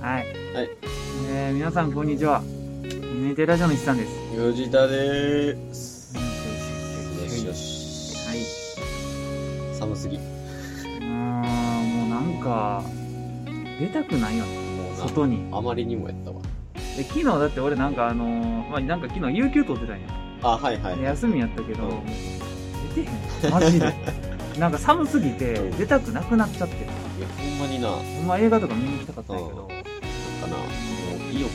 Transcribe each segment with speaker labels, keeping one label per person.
Speaker 1: はい。
Speaker 2: はい。
Speaker 1: えー、皆さん、こんにちは。ユニテラジオの石さんです。
Speaker 2: 藤田でーす。よしよ
Speaker 1: う
Speaker 2: し。
Speaker 1: はい。
Speaker 2: 寒すぎ。も
Speaker 1: ーん、もうなんか、出たくないよね、
Speaker 2: うな、
Speaker 1: 外に。
Speaker 2: あまりにもやったわ。
Speaker 1: で、昨日、だって俺なんかあのーまあ、なんか昨日、有給取ってたんや。
Speaker 2: あ、はいはい
Speaker 1: で。休みやったけど、
Speaker 2: うん
Speaker 1: 出てへん。マ ジで。なんか寒すぎて
Speaker 2: う、ん
Speaker 1: 出たくなくなっちゃって。
Speaker 2: いや、ほんまにな、なんか
Speaker 1: ほんま映画とか見に行きたかったんやけど。
Speaker 2: な、もう意欲を、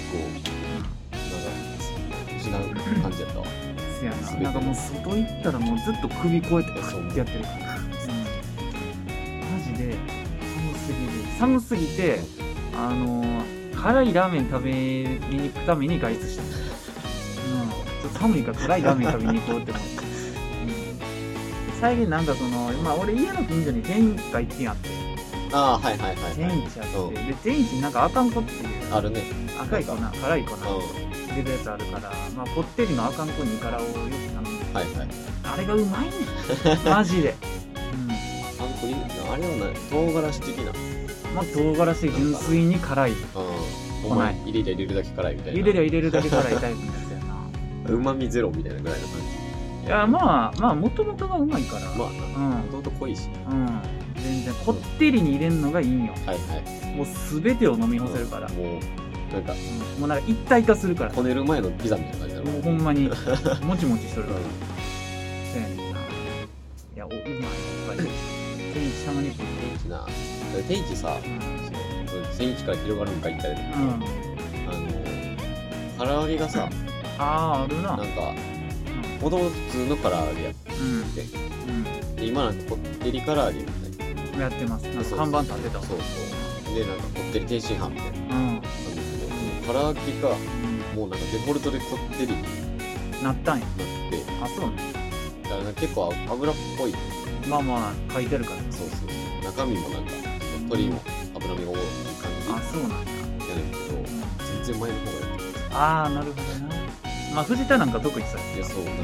Speaker 2: なんか、失う感じやったわ。
Speaker 1: せや
Speaker 2: 全
Speaker 1: な
Speaker 2: て
Speaker 1: なんかもう外行ったらもうずっと首こうやってカッてやってるから、うんマジで寒すぎる寒すぎてあのー辛いラーメン食べに行くために外出した、うん、ちょっと寒いから辛いラーメン食べに行こうって思って、うん、最近なんかその、まあ、俺家の近所に善一が一軒あって
Speaker 2: あー、はいはいはいは
Speaker 1: 善
Speaker 2: い。
Speaker 1: 一あってで善一になんかあかんこっていう
Speaker 2: あるね。
Speaker 1: 赤い粉辛い粉
Speaker 2: う
Speaker 1: 入れるやつあるから、まあ、こってりのあかんこにイカラをよく頼んで
Speaker 2: ん。はいはい。
Speaker 1: あれがうまいね マジで、
Speaker 2: あんこいいな。あれはな、唐辛子的
Speaker 1: う
Speaker 2: な。
Speaker 1: ん、まあ唐辛子純粋に辛い
Speaker 2: うん。お前、入れりゃ入れるだけ辛いみたいな。
Speaker 1: 入れりゃ入れるだけ辛いタイプのやつやな
Speaker 2: うまみゼロみたいなぐらいの感
Speaker 1: いやまあまあもともとがうまいから、
Speaker 2: じ。まあな、
Speaker 1: うん
Speaker 2: もともと濃いし。
Speaker 1: うん全然こってりに入れんのがいいんよ
Speaker 2: はいはい。
Speaker 1: もう全てを飲み干せるから、
Speaker 2: もう、なんか、
Speaker 1: うんもうなんか一体化するから
Speaker 2: こねる前のピザみたいな感じだろ。
Speaker 1: もうほんまに もちもちしとるからそうやねんないやおうまいやっぱり天一様に食って
Speaker 2: 天一な、天一さ、その天一から広がるんか言ったらいいけ
Speaker 1: うん、うん、
Speaker 2: ど、あの、唐揚げがさ、
Speaker 1: ああーあるな
Speaker 2: なんか、もともと普通の唐揚げやっ
Speaker 1: うん
Speaker 2: て、
Speaker 1: うん
Speaker 2: で今なんかこってり唐揚げみたいな。
Speaker 1: やってますなんか看板立てたわ
Speaker 2: そうそう。で、なんかこってり天津飯みたい
Speaker 1: う
Speaker 2: な
Speaker 1: ん、
Speaker 2: 感じで、唐揚げがもうなんかデフォルトでこってりに
Speaker 1: な
Speaker 2: なっ
Speaker 1: ったんや
Speaker 2: て、
Speaker 1: あそうね
Speaker 2: だからなんか結構油っぽい。
Speaker 1: まあまあ書いてるから
Speaker 2: そうそう。中身もなんか、鶏も脂身が多い感じ
Speaker 1: あそうなんや
Speaker 2: やねんけど、全然前の方がいい。
Speaker 1: ああなるほどなまあ藤田なんか特にさ
Speaker 2: いや、そう、なんか、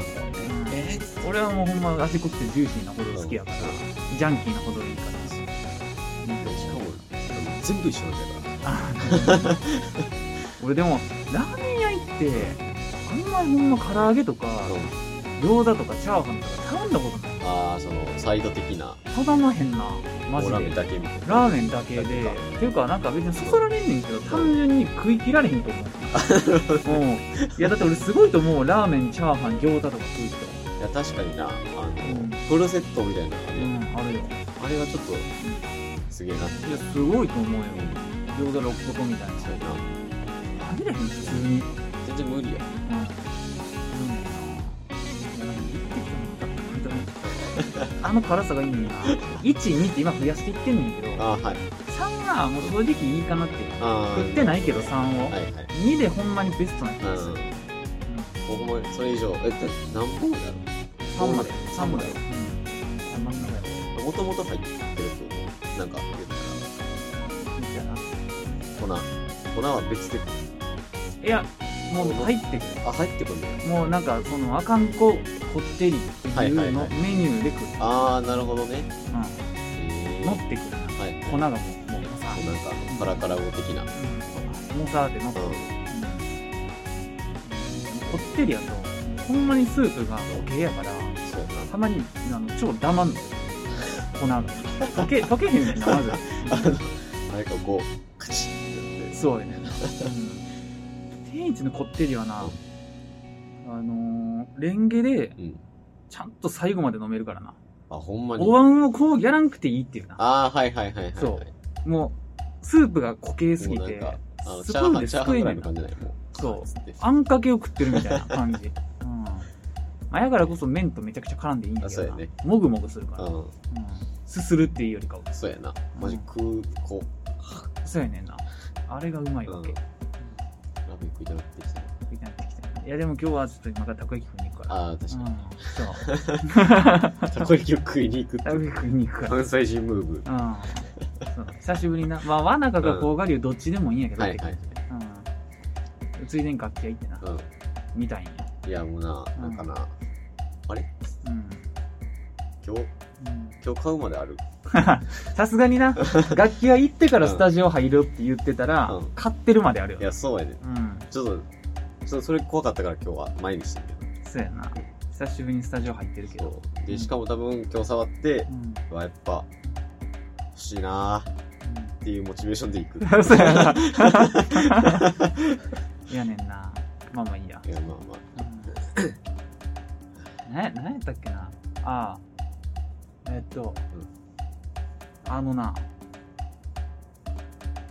Speaker 2: えー
Speaker 1: 俺はもうほんま味濃くてジューシーなほど好きやからジャンキーなほどいいから
Speaker 2: しかも、全部一緒なんだから。
Speaker 1: あー俺でもラーメン屋行ってあんまりほんま唐揚げとか餃子とかチャーハンとか頼んだことない
Speaker 2: ああ、その、サイド的な、
Speaker 1: 頼まへんなマジ
Speaker 2: ラ
Speaker 1: で
Speaker 2: メだけみたいな。
Speaker 1: ラーメンだけでっていうかなんか別にそそられんねんけど単純に食い切られへんと思 ううんいやだって俺すごいと思うラーメンチャーハン餃子とか食う人
Speaker 2: いや、確かにな、あの、
Speaker 1: ん
Speaker 2: フルセットみたいなのが
Speaker 1: うんあ
Speaker 2: ね、
Speaker 1: るよ
Speaker 2: あれはちょっと、すげえなって。
Speaker 1: いやすごいと思うよ餃子6個みたいな
Speaker 2: そ
Speaker 1: 食
Speaker 2: うやな。
Speaker 1: べれへん普通にうん
Speaker 2: 全然無理や。
Speaker 1: うんいやなんか言ってきたの本当にあの辛さがいいねんな12って今増やしていってんねんけど
Speaker 2: ああ、はい。
Speaker 1: 3はもう正直いいかなって
Speaker 2: ああ。
Speaker 1: 食ってないけど3を、
Speaker 2: はいはい。
Speaker 1: 2でほんまにベストな気
Speaker 2: う
Speaker 1: がする、うん
Speaker 2: ん。ほんまに、それ以上、え、だって何本だろ
Speaker 1: 三まで
Speaker 2: 三まで
Speaker 1: うん真ん中やろ
Speaker 2: うもともと入ってるってことなんか言ったら、
Speaker 1: みたいな
Speaker 2: 粉、粉は別で、
Speaker 1: いやもう入ってく
Speaker 2: あ、入ってくんだよ。
Speaker 1: るもうなんかそのあかんここってりって
Speaker 2: はいいうはい
Speaker 1: の
Speaker 2: はい
Speaker 1: メニューでくる、
Speaker 2: ああ、なるほどね。
Speaker 1: う
Speaker 2: え
Speaker 1: ん、
Speaker 2: ー
Speaker 1: 乗ってくるな
Speaker 2: はい。
Speaker 1: 粉がもうもうさ、
Speaker 2: なんか、カラカラ語的な。
Speaker 1: うん、もうさって乗ってくる、うん、こってりやとほんまにスープがおけやから
Speaker 2: そうな
Speaker 1: たまにあの超だまんのよ粉が溶け溶けへんねんな まず
Speaker 2: なんかこう、カチッってやって。
Speaker 1: そうやね、うん、天一のこってりはな、あのーレンゲで
Speaker 2: うん。
Speaker 1: ちゃんと最後まで飲めるからな。
Speaker 2: あ、ほんまに
Speaker 1: お。椀をこうやらんくていいっていうな。
Speaker 2: ああ、はいはいはいはい、はい。
Speaker 1: そうもう、スープが固形すぎ
Speaker 2: もう
Speaker 1: て
Speaker 2: なんか、あの、
Speaker 1: ス
Speaker 2: チ
Speaker 1: プ
Speaker 2: ャー
Speaker 1: ーン
Speaker 2: ハン、
Speaker 1: で
Speaker 2: チ
Speaker 1: す
Speaker 2: ャーハン
Speaker 1: くえ
Speaker 2: ぐ
Speaker 1: な
Speaker 2: らい
Speaker 1: い
Speaker 2: の
Speaker 1: な。
Speaker 2: 感じだよ、もう。
Speaker 1: そう
Speaker 2: つって
Speaker 1: あんかけを食ってるみたいな感じ。 うん。まあ、やからこそ麺とめちゃくちゃ絡んでいいんだ
Speaker 2: あ
Speaker 1: け
Speaker 2: そう
Speaker 1: ど
Speaker 2: や
Speaker 1: な
Speaker 2: ね。
Speaker 1: もぐもぐするから。うん。
Speaker 2: う
Speaker 1: すするっていうよりかは。
Speaker 2: ん。そうやな。マジ食う、こう、
Speaker 1: そうやねんな。あれがうまい
Speaker 2: うん。
Speaker 1: わ
Speaker 2: ラ
Speaker 1: け。
Speaker 2: ーメン食いたくなってきた。
Speaker 1: みたいになってきていや、でも今日はちょっと今からたこ焼き食いに行くから。
Speaker 2: ああ、確
Speaker 1: う
Speaker 2: か
Speaker 1: ん。そう。
Speaker 2: に。たこ焼きを食いに行くって
Speaker 1: たこ焼き食いに行くから。
Speaker 2: 関西人ムーブ。
Speaker 1: うん。そう久しぶりにな。まあ、和中か甲賀流どっちでもいいんやけど。
Speaker 2: はいはい。
Speaker 1: うん。ついでに楽器屋行ってな。
Speaker 2: う
Speaker 1: みたいに。
Speaker 2: ん。いや、もうな、
Speaker 1: うん
Speaker 2: なんかな、あれ
Speaker 1: うん。
Speaker 2: 今日、
Speaker 1: うん、
Speaker 2: 今日買うまである。
Speaker 1: さすがにな楽器屋行ってからスタジオ入るって言ってたら、
Speaker 2: うん
Speaker 1: 買ってるまであるよ
Speaker 2: いや、そうやね。
Speaker 1: うん
Speaker 2: ちょっと、ちょっとそれ怖かったから今日は前にしてるけ
Speaker 1: そうやな久しぶりにスタジオ入ってるけ
Speaker 2: ど。
Speaker 1: ど
Speaker 2: そうで、しかも多分今日触って
Speaker 1: う、ん
Speaker 2: はやっぱ、欲しいなーっていうモチベーションでいく。
Speaker 1: うん そうやないやねんなまあまあいいや
Speaker 2: いや、まあまあ。
Speaker 1: うんななんやったっけなああえっと、あのな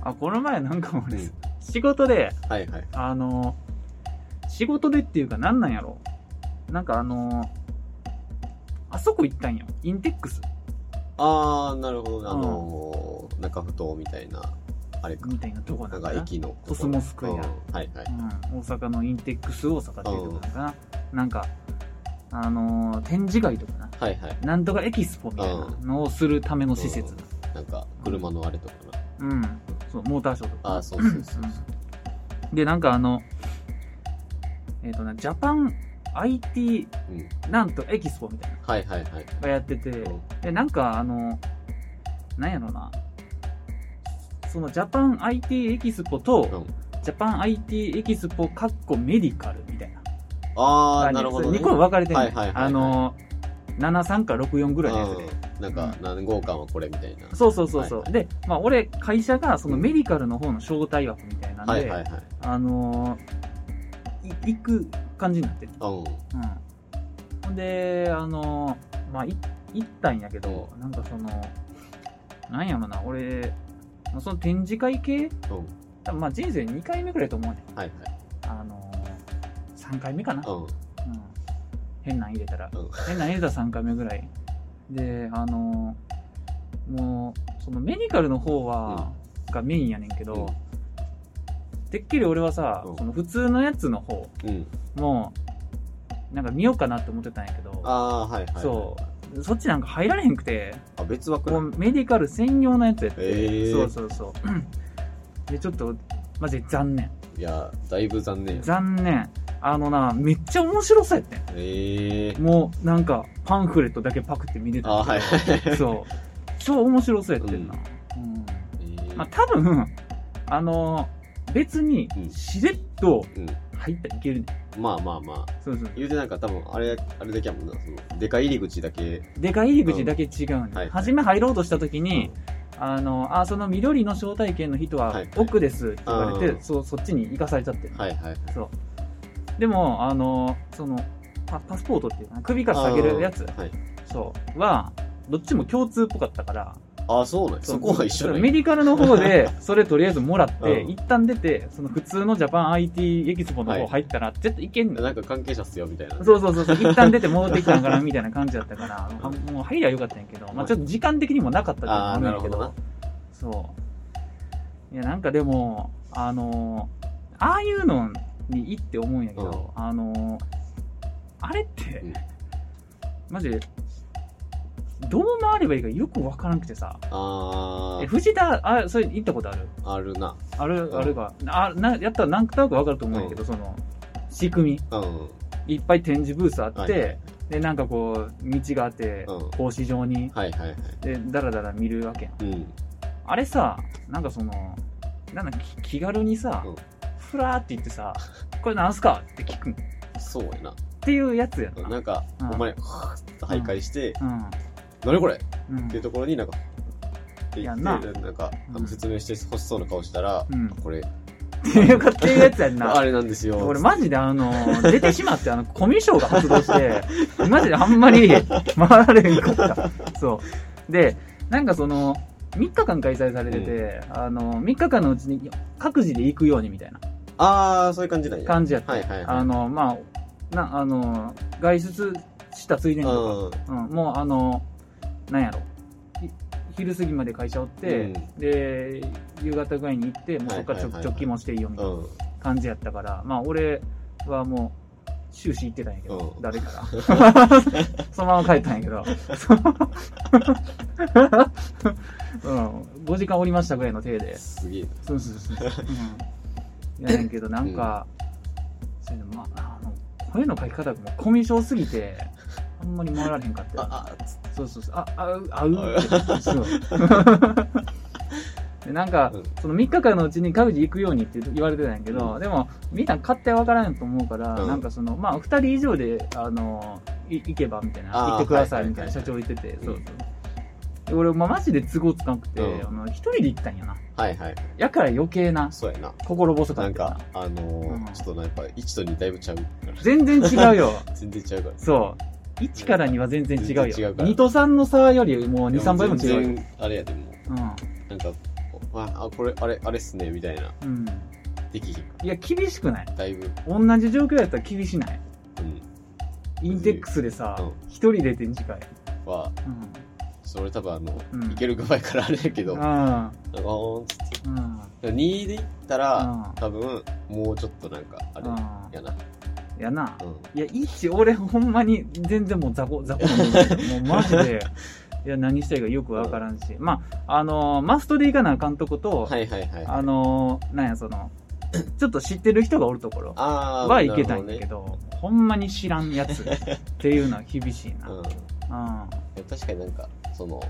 Speaker 1: あこの前なんか俺、
Speaker 2: うん
Speaker 1: 仕事で
Speaker 2: はいはい。
Speaker 1: あの仕事でっていうかなんなんやろなんかあのあそこ行ったんよインテックス
Speaker 2: あー、なるほどね。あのー、中ふ頭みたいな、あれか。
Speaker 1: みたいなとこな
Speaker 2: なんん
Speaker 1: か
Speaker 2: か
Speaker 1: な
Speaker 2: 駅のところ。
Speaker 1: コスモスクエア
Speaker 2: うんはいはい。
Speaker 1: うん、大阪のインテックス大阪っていうとこなんかななんかあの展示会とかな
Speaker 2: はいはい。
Speaker 1: なんとかエキスポみたいなのをするための施設
Speaker 2: なんか、車のあれとかな。
Speaker 1: うん、そうモーターショーとか
Speaker 2: あー、そうそうそう。
Speaker 1: でなんかあのえっ、とねジャパン IT
Speaker 2: うん。
Speaker 1: なんとエキスポみたいな
Speaker 2: はいはいはい。
Speaker 1: のがやってて
Speaker 2: うん
Speaker 1: でなんかあのなんやろなそのジャパン IT エキスポ
Speaker 2: う
Speaker 1: と
Speaker 2: ん。
Speaker 1: ジャパン IT エキスポかっこメディカルみたいな
Speaker 2: あー、なるほど、ね。
Speaker 1: 2個に分かれてる、
Speaker 2: はいはいはいはい
Speaker 1: あの73か64ぐらいのやつで
Speaker 2: うんなんか、
Speaker 1: う
Speaker 2: 何号館はこれみたいな。
Speaker 1: そうそうそうそう、
Speaker 2: はい
Speaker 1: で、まあ、俺会社がそのメディカルの方の招待枠みたいなんで、
Speaker 2: はいはいはい。
Speaker 1: あのーい行く感じになってる。
Speaker 2: う
Speaker 1: うん。ほんで、あのーまあ、い行ったんやけど、なんかその、なんやろな、俺、まあその展示会系、
Speaker 2: ん。うん。
Speaker 1: 多分まあ人生2回目くらいと思うねん。
Speaker 2: はいはい。
Speaker 1: あのー、3回目かな。
Speaker 2: うん。
Speaker 1: うん。変なん入れたら。
Speaker 2: うん
Speaker 1: 変なん入れたら3回目ぐらい。で、あのーもう、そのメディカルの方は、がメインやねんけど、てっきり俺はさ、
Speaker 2: うん
Speaker 1: その普通のやつの方、
Speaker 2: うん。
Speaker 1: もうなんか見ようかなって思ってたんやけど、
Speaker 2: あー、はいはい。
Speaker 1: そうそっちなんか入られへんくて
Speaker 2: う。あ、別枠
Speaker 1: こ
Speaker 2: な
Speaker 1: うん
Speaker 2: だ
Speaker 1: メディカル専用のやつやって、
Speaker 2: ええ
Speaker 1: そうそうそう でちょっとマジで残念
Speaker 2: いや、だいぶ残念や。
Speaker 1: 残念あのなめっちゃ面白そうやってん
Speaker 2: ええ
Speaker 1: もうなんかパンフレットだけパクって見てた
Speaker 2: あー、はいはい。
Speaker 1: い、そう超面白そうやってんな、うん
Speaker 2: えー
Speaker 1: まあ、多分あの別に
Speaker 2: うん
Speaker 1: しれっと
Speaker 2: うん。
Speaker 1: 入ったらいけるね、
Speaker 2: まあまあまあ。
Speaker 1: そうそう
Speaker 2: 言うてなんか多分、あれ、あれだけやもんな。その、でかい入り口だけ。
Speaker 1: でかい入り口だけ違うね、
Speaker 2: はい
Speaker 1: 初め入ろうとした時に、あの、あ、その緑の招待券の人は
Speaker 2: はい
Speaker 1: 奥ですって言われて、
Speaker 2: うん
Speaker 1: そうそっちに行かされちゃって、
Speaker 2: はいはいはい。
Speaker 1: そう。でも、あの、その、パパスポートっていうかな首から下げるやつ
Speaker 2: あ、ーはい。
Speaker 1: そう、は、どっちも共通っぽかったから、
Speaker 2: あー、そうなんや
Speaker 1: う
Speaker 2: そこは一緒なんや
Speaker 1: メディカルの方 で、それとりあえずもらって、
Speaker 2: うん
Speaker 1: 一旦出て、その普通のジャパン IT エキスポの方入ったら、絶対いけんのよ
Speaker 2: なんか関係者っすよみたいな。
Speaker 1: そうそうそう そう、一旦出て戻ってきたんかなみたいな感じだったから、もうもう入りゃよかったんやけど、まあちょっと時間的にもなかったっていうのもあるんやけど、
Speaker 2: あーなる
Speaker 1: そう。いや、なんかでも、あのー、ああいうのにいいって思うんやけど、あのー、あれって、
Speaker 2: うん
Speaker 1: マジで、どう回ればいいかよくわからなくてさ、
Speaker 2: あ
Speaker 1: え藤田、あ、それ行ったことある
Speaker 2: ー、あるな。
Speaker 1: ある、
Speaker 2: ん
Speaker 1: あるが、あなやったらなんとなくわかると思うんやけど、その、仕組
Speaker 2: うん。
Speaker 1: み、いっぱい展示ブースあって、
Speaker 2: はいはい
Speaker 1: でなんかこう道があって
Speaker 2: うん
Speaker 1: 格子状に
Speaker 2: はいはいはい。
Speaker 1: でダラダラ見るわけやん
Speaker 2: うん。
Speaker 1: あれさなんかそのなんだき気軽にさ
Speaker 2: うん
Speaker 1: ふらーって言ってさ 「これなんすか?」って聞くんっ
Speaker 2: そうや
Speaker 1: ていうやつやん
Speaker 2: な。
Speaker 1: な
Speaker 2: なんか、
Speaker 1: うん
Speaker 2: お前、はーっと徘徊して、
Speaker 1: う
Speaker 2: 何これっ
Speaker 1: んうん
Speaker 2: ていうところになんか、って
Speaker 1: い
Speaker 2: 言
Speaker 1: や
Speaker 2: って、
Speaker 1: な
Speaker 2: なんか、あ
Speaker 1: うん
Speaker 2: の説明して欲しそうな顔したら、
Speaker 1: うん
Speaker 2: これ、
Speaker 1: っていうかっていうやつやん
Speaker 2: あ
Speaker 1: な
Speaker 2: れなんですよ。
Speaker 1: 俺マジであの出てしまってあのコミュ障が発動してマジであんまり回られへんかったそうでなんかその3日間開催されてて、あの3日間のうちに各自で行くようにみたいな
Speaker 2: あー、そういう感じなんや。
Speaker 1: 感じやった、
Speaker 2: はいはいはい
Speaker 1: あのまあなあの外出したついでにと
Speaker 2: うん。
Speaker 1: か、うん、もうあのなんやろひ昼過ぎまで会社おって、
Speaker 2: うん
Speaker 1: で夕方ぐらいに行ってもうそっからちょ
Speaker 2: はいはいはいはい。
Speaker 1: 直帰もしていいよみたいうなん感じやったから、まあ俺はもう終始行ってたんやけど、
Speaker 2: うん
Speaker 1: 誰から そのまま帰ったんやけど そうん、5時間おりましたぐらいの体です
Speaker 2: げえな。
Speaker 1: そうそうそう。うん、いやねんけど、なんか、そういうの、まあ、あの、声の書き方がもうコミュ障すぎて、ほんまに回られへんかったよ
Speaker 2: ああつって
Speaker 1: そうそうそうああうあう
Speaker 2: あ
Speaker 1: ってそう でなんか、
Speaker 2: うん
Speaker 1: その3日間のうちに各自行くようにって言われてたんやけど、でもみんな勝手は分からんと思うから、
Speaker 2: うん
Speaker 1: なんかそのまあ2人以上であのい行けばみたいな
Speaker 2: あー
Speaker 1: 行ってください
Speaker 2: はい
Speaker 1: みたいな
Speaker 2: はいは
Speaker 1: 社
Speaker 2: い
Speaker 1: 長言ってて、
Speaker 2: うん
Speaker 1: そうそうで俺、まあ、マジで都合つかなくて、
Speaker 2: うん
Speaker 1: あの一人で行ったんやな
Speaker 2: はいはい
Speaker 1: やから余計な
Speaker 2: そうやな
Speaker 1: 心細か
Speaker 2: な
Speaker 1: っ
Speaker 2: ん
Speaker 1: たよ
Speaker 2: かあのー
Speaker 1: うん
Speaker 2: ちょっとなんか1と2だいぶちゃうから
Speaker 1: 全然違う よ
Speaker 2: 全然ちゃうから
Speaker 1: そう1から2は全然違うよ
Speaker 2: 全然違うから
Speaker 1: 2と3の差よりも
Speaker 2: いや
Speaker 1: 23倍も違うよ
Speaker 2: 全然あれやでもうなんかこうわあこれあれあれっすねみたいな
Speaker 1: うん、うん、
Speaker 2: できひんか
Speaker 1: いや厳しくない
Speaker 2: らだいぶ
Speaker 1: 同じ状況やったら厳しない
Speaker 2: うん
Speaker 1: インテックスでさ
Speaker 2: うん
Speaker 1: 一人で展示会
Speaker 2: は
Speaker 1: うん
Speaker 2: それ多分あの、
Speaker 1: うん
Speaker 2: いける前からあれやけどなんか
Speaker 1: あ
Speaker 2: おーんつって
Speaker 1: あうん
Speaker 2: でも2でいったら、
Speaker 1: うん
Speaker 2: 多分もうちょっとなんかあれ
Speaker 1: あ
Speaker 2: やな
Speaker 1: ーやな
Speaker 2: うん
Speaker 1: いや一俺ほんまに全然もう雑魚雑魚なんだけどもうマジ でいや何したいかよくわからんしまああのーマストで行かなあかんとこと
Speaker 2: はいはいはい
Speaker 1: あのーなんやそのちょっと知ってる人がおるところ
Speaker 2: あー
Speaker 1: は行けたん
Speaker 2: な
Speaker 1: やけ
Speaker 2: る
Speaker 1: どほんまに知らんやつっていうのは厳し い
Speaker 2: ほど
Speaker 1: な
Speaker 2: ね
Speaker 1: うん
Speaker 2: うん確かになんかその、も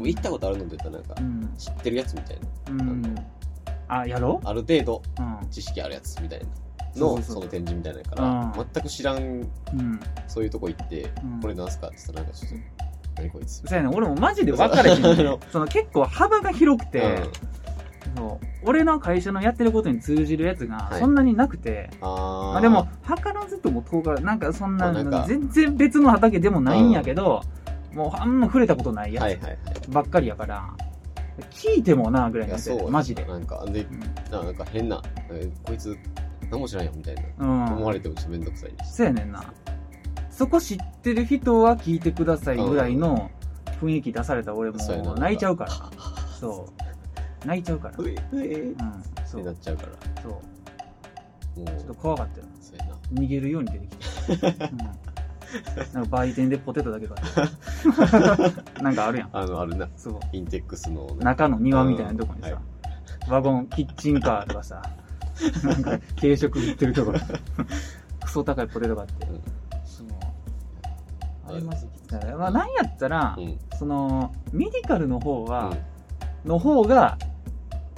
Speaker 2: う行ったことあるので言ったらなんか、
Speaker 1: うん
Speaker 2: 知ってるやつみたいな
Speaker 1: うんあやろ
Speaker 2: ある程度
Speaker 1: ううん
Speaker 2: 知識あるやつみたいな
Speaker 1: そうそ
Speaker 2: の
Speaker 1: うそう
Speaker 2: その展示みたいなのやから、
Speaker 1: うん
Speaker 2: 全く知らん
Speaker 1: うん
Speaker 2: そういうとこ行って、
Speaker 1: うん
Speaker 2: これなんすかって言ったらなんかちょっと何こいつ
Speaker 1: そうやねん俺もマジで分かれへんねん
Speaker 2: あの
Speaker 1: その結構幅が広くて、
Speaker 2: うん
Speaker 1: そう俺の会社のやってることに通じるやつが
Speaker 2: はい
Speaker 1: そんなになくて、
Speaker 2: あ
Speaker 1: ま
Speaker 2: ー
Speaker 1: あ、でも図らずとも遠からなんかそんな
Speaker 2: あなんか
Speaker 1: 全然別の畑でもないんやけど、もうあんま触れたことないや
Speaker 2: はい
Speaker 1: つ
Speaker 2: はいはい
Speaker 1: ばっかりやから、聞いてもなぐらい
Speaker 2: い
Speaker 1: にな
Speaker 2: や
Speaker 1: って
Speaker 2: そ
Speaker 1: る
Speaker 2: う
Speaker 1: マジで、
Speaker 2: なんかでななんか変な、えーこいつ何も知らんよみたいな、
Speaker 1: うん
Speaker 2: 思
Speaker 1: う
Speaker 2: わ
Speaker 1: ん、
Speaker 2: れてもちょっと面倒くさいです
Speaker 1: そうやねんなそこ知ってる人は聞いてくださいぐらいの雰囲気出されたら俺
Speaker 2: そうやな
Speaker 1: もう泣いちゃうからそう泣いちゃうから
Speaker 2: うえうえっ
Speaker 1: うんそ
Speaker 2: てな
Speaker 1: う
Speaker 2: っちゃうから
Speaker 1: そう
Speaker 2: もう
Speaker 1: ちょっと怖かったよ
Speaker 2: そうやな
Speaker 1: 逃げるように出てきて、うん、なんか売店でポテトだけ買って なんかあるやん
Speaker 2: あのあるな
Speaker 1: そう
Speaker 2: インテックスのなんか
Speaker 1: 中の庭みたいなとこに
Speaker 2: うん
Speaker 1: さ
Speaker 2: は、
Speaker 1: ワゴンキッチンカーとかさなんか軽食売ってるとこクソ高いポテト買って、
Speaker 2: うん
Speaker 1: そうあれマジきついまあ、なんやったら、
Speaker 2: うん、うん
Speaker 1: そのメディカルの方は、の方が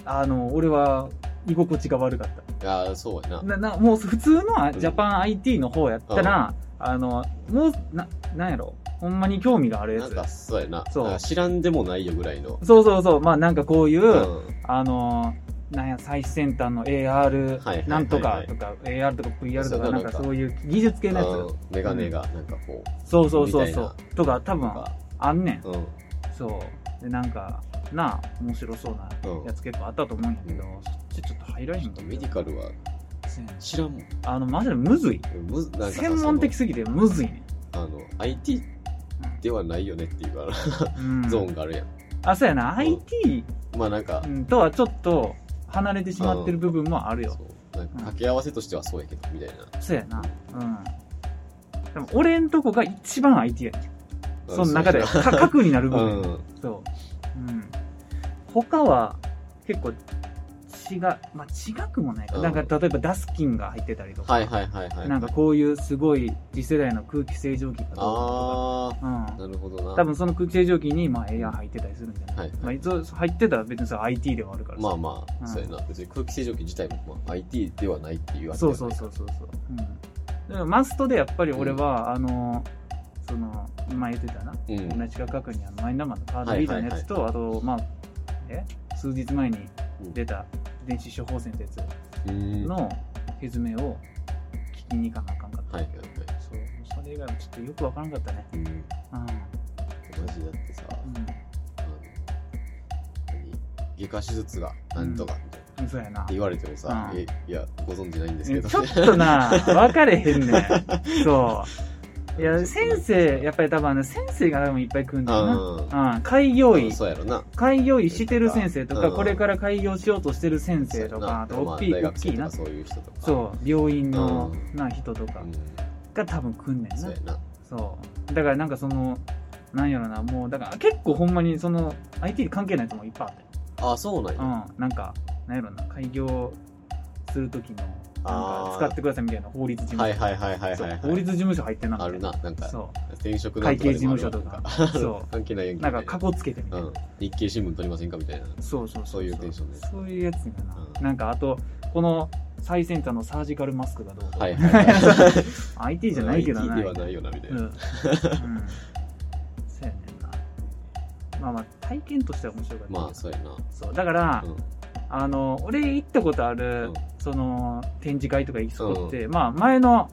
Speaker 1: あの俺は居心地が悪かった
Speaker 2: いやーそうやな
Speaker 1: ななもう普通のあ
Speaker 2: うん
Speaker 1: ジャパン IT の方やったら、あのもうななんやろほんまに興味があるや
Speaker 2: なん
Speaker 1: つ
Speaker 2: かそうやな
Speaker 1: そう
Speaker 2: なんか知らんでもないよぐらいの
Speaker 1: そうそうそうまあなんかこういう、
Speaker 2: うん
Speaker 1: あのなんや最先端の
Speaker 2: はいはい
Speaker 1: AR なんとかとか、AR とか VR と
Speaker 2: そ
Speaker 1: か
Speaker 2: う
Speaker 1: なんかそういう技術系のや
Speaker 2: うんメガネがなんかこ
Speaker 1: つそうそうそう
Speaker 2: みたい
Speaker 1: そ
Speaker 2: な
Speaker 1: うとか多
Speaker 2: う
Speaker 1: 分
Speaker 2: なんか
Speaker 1: あんねん
Speaker 2: うんうん
Speaker 1: そうでなんかなあ面白そうな
Speaker 2: うん
Speaker 1: やつ結構あったと思うんやけど、そっちちょっと入らへんかった
Speaker 2: メディカルは知らんもん
Speaker 1: あのマジでむずい
Speaker 2: むなんかさ
Speaker 1: 専門的すぎてむずいね
Speaker 2: そのあの IT ではないよねっていうか
Speaker 1: うん
Speaker 2: なゾーンがあるやん
Speaker 1: あそうやな
Speaker 2: うん
Speaker 1: IT
Speaker 2: まあなんか
Speaker 1: うんとはちょっと離れてしまってる部分もあるよ
Speaker 2: そうなんか掛け合わせとしてはそうやけどみたいな
Speaker 1: そうやなうんでも俺んとこが一番 IT やね
Speaker 2: うん
Speaker 1: その中で
Speaker 2: そ
Speaker 1: か核になる
Speaker 2: う
Speaker 1: 部
Speaker 2: や
Speaker 1: 分
Speaker 2: なうん
Speaker 1: そううん他は結構違うまあ違くもないか
Speaker 2: うん
Speaker 1: なんか例えばダスキンが入ってたりとか
Speaker 2: はいはいはいはい
Speaker 1: なんかこういうすごい次世代の空気清浄機かどうかとか
Speaker 2: あ
Speaker 1: うん
Speaker 2: あなるほどな
Speaker 1: 多分その空気清浄機にまあエア入ってたりするんじゃない、
Speaker 2: はい
Speaker 1: まあ、そう入ってたら別にそれ IT ではあるからさ
Speaker 2: まあま
Speaker 1: うん
Speaker 2: あそうやな別に空気清浄機自体もまあ IT ではないっていうわけ
Speaker 1: そうそうそうそうそう、うん、だからマストでやっぱり俺は、あのその前言ってたな
Speaker 2: ううん
Speaker 1: 同じ価格にあのマイナンバーのカードリーダーのやつと、あとまあえ数日前に出た電子処方箋ってやつ
Speaker 2: うんはい
Speaker 1: の手詰めを聞きに行かなあかんかった、
Speaker 2: はいはい
Speaker 1: そうそれ以外はちょっとよくわからんかったね
Speaker 2: うん
Speaker 1: うん
Speaker 2: マジだってさあの何外科手術がなんとかみたいなって
Speaker 1: うんそうやな
Speaker 2: 言われてもさ、
Speaker 1: うん
Speaker 2: えいやご存知ないんです
Speaker 1: ち
Speaker 2: け
Speaker 1: ょ
Speaker 2: ど
Speaker 1: っとな、分かれへんねん。そう。い や、先生、やっぱり多分あの、先生が多分いっぱい来るんだよな。
Speaker 2: う
Speaker 1: うん、開業
Speaker 2: ん、
Speaker 1: 医、
Speaker 2: そうやろな
Speaker 1: 開業医してる先生とか、
Speaker 2: うん
Speaker 1: これから開業しようとしてる先生とか、あ
Speaker 2: そう
Speaker 1: と、
Speaker 2: やな
Speaker 1: 大きい、
Speaker 2: まあ
Speaker 1: 大
Speaker 2: 大学
Speaker 1: き
Speaker 2: 生
Speaker 1: い
Speaker 2: とか
Speaker 1: な。
Speaker 2: そういう人とか
Speaker 1: そう、病院の
Speaker 2: う
Speaker 1: な人とか
Speaker 2: うん、
Speaker 1: が多分来んねん
Speaker 2: そう
Speaker 1: な
Speaker 2: や。な
Speaker 1: そう。だからなんかその、なんやろな、もう、だから結構ほんまにその、IT 関係ないともいっぱいあったよ。
Speaker 2: あそうなんや、
Speaker 1: うん、なんか、なんやろな、開業する時の、なんか使ってくださいみたいな法律事務所、
Speaker 2: はいはいはいはい
Speaker 1: そう
Speaker 2: はい
Speaker 1: 法律事務所入ってな
Speaker 2: あ
Speaker 1: く
Speaker 2: る
Speaker 1: て
Speaker 2: ななんか
Speaker 1: そ
Speaker 2: 転職
Speaker 1: う
Speaker 2: な
Speaker 1: 会
Speaker 2: んと
Speaker 1: 計
Speaker 2: かで
Speaker 1: 事
Speaker 2: もあ
Speaker 1: 務
Speaker 2: るわ
Speaker 1: 所
Speaker 2: な
Speaker 1: とか
Speaker 2: んか
Speaker 1: そ
Speaker 2: 関係ないやん
Speaker 1: う
Speaker 2: け
Speaker 1: なんかカゴつけてみた
Speaker 2: う
Speaker 1: いな、
Speaker 2: ん日経新聞取りませんかみたいな
Speaker 1: そうそう
Speaker 2: そういうテンションね
Speaker 1: そういうやつだな、
Speaker 2: うん
Speaker 1: なんかあとこの最先端のサージカルマスクがどうとか、
Speaker 2: はいはい はい
Speaker 1: IT じゃないけどな
Speaker 2: IT ではないよなみたい
Speaker 1: うん、う、
Speaker 2: なん
Speaker 1: そうやねんなまあまあ体験としては面白かったけど、
Speaker 2: まあそうやな
Speaker 1: そうだから、
Speaker 2: うん
Speaker 1: あの俺行ったことある、
Speaker 2: うん
Speaker 1: その展示会とか行きそこって、まあ前の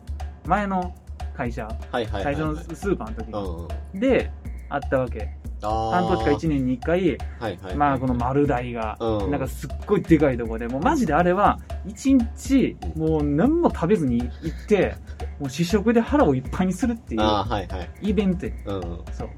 Speaker 1: 前の会社
Speaker 2: はいはいは
Speaker 1: 最
Speaker 2: い
Speaker 1: 初
Speaker 2: は
Speaker 1: の
Speaker 2: い
Speaker 1: スーパーの時に、
Speaker 2: うんうん
Speaker 1: であったわけ半年か1年に1回
Speaker 2: はいはいはい
Speaker 1: まあこの丸大が、
Speaker 2: うん
Speaker 1: なんかすっごいでかいとこでもうマジであれは1日もう何も食べずに行ってもう試食で腹をいっぱいにするっていう
Speaker 2: ああはいはい
Speaker 1: イベントや
Speaker 2: うんうん
Speaker 1: そう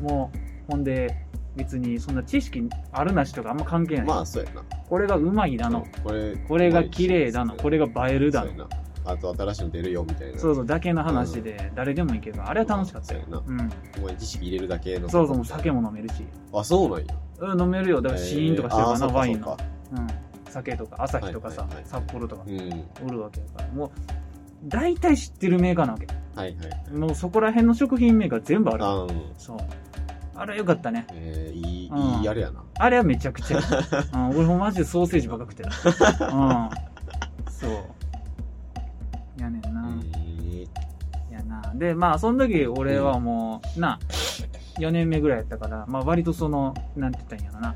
Speaker 1: もうほんで別にそんな知識あるなしとかあんま関係ない、
Speaker 2: まあそうやな
Speaker 1: これがうまいだの
Speaker 2: うんこれ
Speaker 1: これが綺麗だのこれが映えるだ
Speaker 2: そ
Speaker 1: の
Speaker 2: うやなあと新しいの出るよみたいな
Speaker 1: そうそうだけの話で誰でも行けばあれは楽しかったよ、
Speaker 2: そうやな
Speaker 1: うん、
Speaker 2: お前知識入れるだけの
Speaker 1: そうそうもう酒も飲めるし
Speaker 2: あそうなんや
Speaker 1: うん飲めるよだからシーンとかしてるか
Speaker 2: えーあー
Speaker 1: な、
Speaker 2: そうか
Speaker 1: ワイン
Speaker 2: そう
Speaker 1: の
Speaker 2: か、
Speaker 1: うん、酒とか朝日とかさ、
Speaker 2: はいはいはい
Speaker 1: 札幌とか
Speaker 2: うん
Speaker 1: おるわけだからもう大体知ってるメーカーなわけ
Speaker 2: はいはい
Speaker 1: もうそこら辺の食品メーカー全部ある
Speaker 2: あうん
Speaker 1: そうあれはよかったね
Speaker 2: えーいい
Speaker 1: うん
Speaker 2: いいあれやな
Speaker 1: あれはめちゃくち ゃ、うん、俺もマジでソーセージばっか食ってた、うん、そうやねんな、
Speaker 2: えー
Speaker 1: やなでまあその時俺はもう、な4年目ぐらいやったから、まあ、割とそのなんて言ったらいいんやろな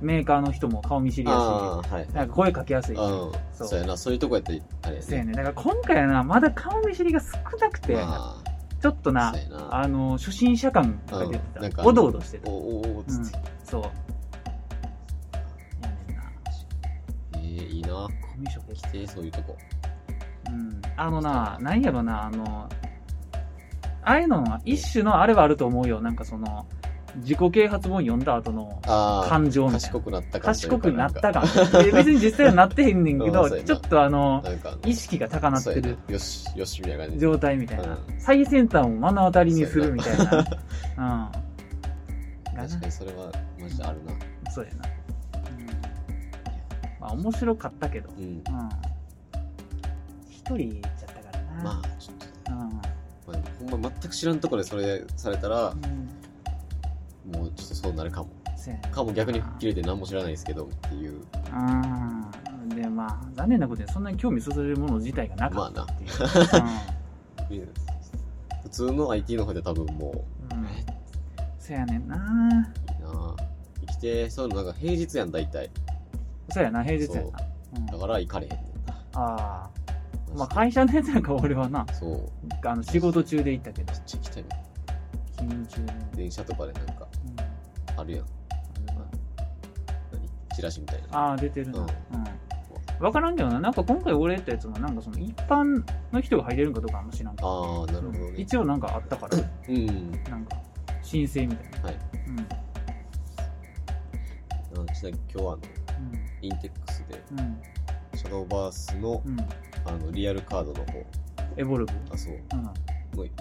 Speaker 1: メーカーの人も顔見知りや
Speaker 2: ああはい
Speaker 1: すいしなんか声かけやすいし
Speaker 2: うん
Speaker 1: そう
Speaker 2: そうやなそういうとこやったらあれや
Speaker 1: そうやねだから今回はなまだ顔見知りが少なくて、
Speaker 2: まあ
Speaker 1: ちょっとな
Speaker 2: そうやな
Speaker 1: あの初心者感が出て
Speaker 2: うんなん
Speaker 1: た、
Speaker 2: か
Speaker 1: おどおどしてた
Speaker 2: おおおつって
Speaker 1: そうやねんな
Speaker 2: えーいいな
Speaker 1: コミュ障
Speaker 2: 来てそういうとこ
Speaker 1: うんあのななんやろなあのああいうのは一種のあれはあると思うよなんかその自己啓発本読んだ後の
Speaker 2: あ
Speaker 1: 感情
Speaker 2: あ
Speaker 1: みたい
Speaker 2: 賢
Speaker 1: な
Speaker 2: くなった感
Speaker 1: 賢くなっ
Speaker 2: な
Speaker 1: た感で別に実際はなってへんねんけ
Speaker 2: う
Speaker 1: ど
Speaker 2: ん そうやな
Speaker 1: ちょっとあの
Speaker 2: んかなんかあの
Speaker 1: 意識が高鳴っ
Speaker 2: そ
Speaker 1: て
Speaker 2: うや
Speaker 1: る
Speaker 2: なよしよしみたいな感じで
Speaker 1: 状態みたいな、
Speaker 2: うん
Speaker 1: 最先端を目の当たりにするみたいなうんが
Speaker 2: 確か
Speaker 1: な
Speaker 2: にそれはマジであるな
Speaker 1: そうやな、うんまあ面白かったけど、う
Speaker 2: うん
Speaker 1: ん、一人行っちゃったからな、
Speaker 2: まあちょっと
Speaker 1: うん
Speaker 2: まあほんま全く知らんところでそれされたら
Speaker 1: うん
Speaker 2: もうちょっとそうなるかも
Speaker 1: そうやね
Speaker 2: かも逆に吹っ切れて何も知らないですけどっていう
Speaker 1: うんでまあ残念なことにそんなに興味そそれるもの自体がなかったっていう、
Speaker 2: 普通の IT の方で多分も
Speaker 1: うんうんそやねんな
Speaker 2: ういいな生きてそういうのなんか平日やん大体
Speaker 1: そやな平日や
Speaker 2: そう
Speaker 1: な、うん
Speaker 2: だから行かれへんねんな
Speaker 1: ああまあ
Speaker 2: マジで
Speaker 1: 会社のやつなんか俺はな
Speaker 2: そう
Speaker 1: あの仕事中で行ったけど
Speaker 2: めっちゃ行きたいな
Speaker 1: 勤務中で、
Speaker 2: 電車とかでなんか
Speaker 1: うん
Speaker 2: あるやん何チラシみたいな
Speaker 1: ああ出てるな、
Speaker 2: う
Speaker 1: うんん分からんけどななんか今回俺やったやつもなんかその一般の人が入れるんかどうかあんま知らんけど
Speaker 2: ああなるほどね
Speaker 1: 一応なんかあったから
Speaker 2: うん
Speaker 1: なんか申請みたいな
Speaker 2: はい
Speaker 1: うん
Speaker 2: なんちなみに今日はあのインテックスで
Speaker 1: うんうん
Speaker 2: シャドーバースの
Speaker 1: うん
Speaker 2: あのリアルカードの方
Speaker 1: エボルブ
Speaker 2: あそう
Speaker 1: うん
Speaker 2: の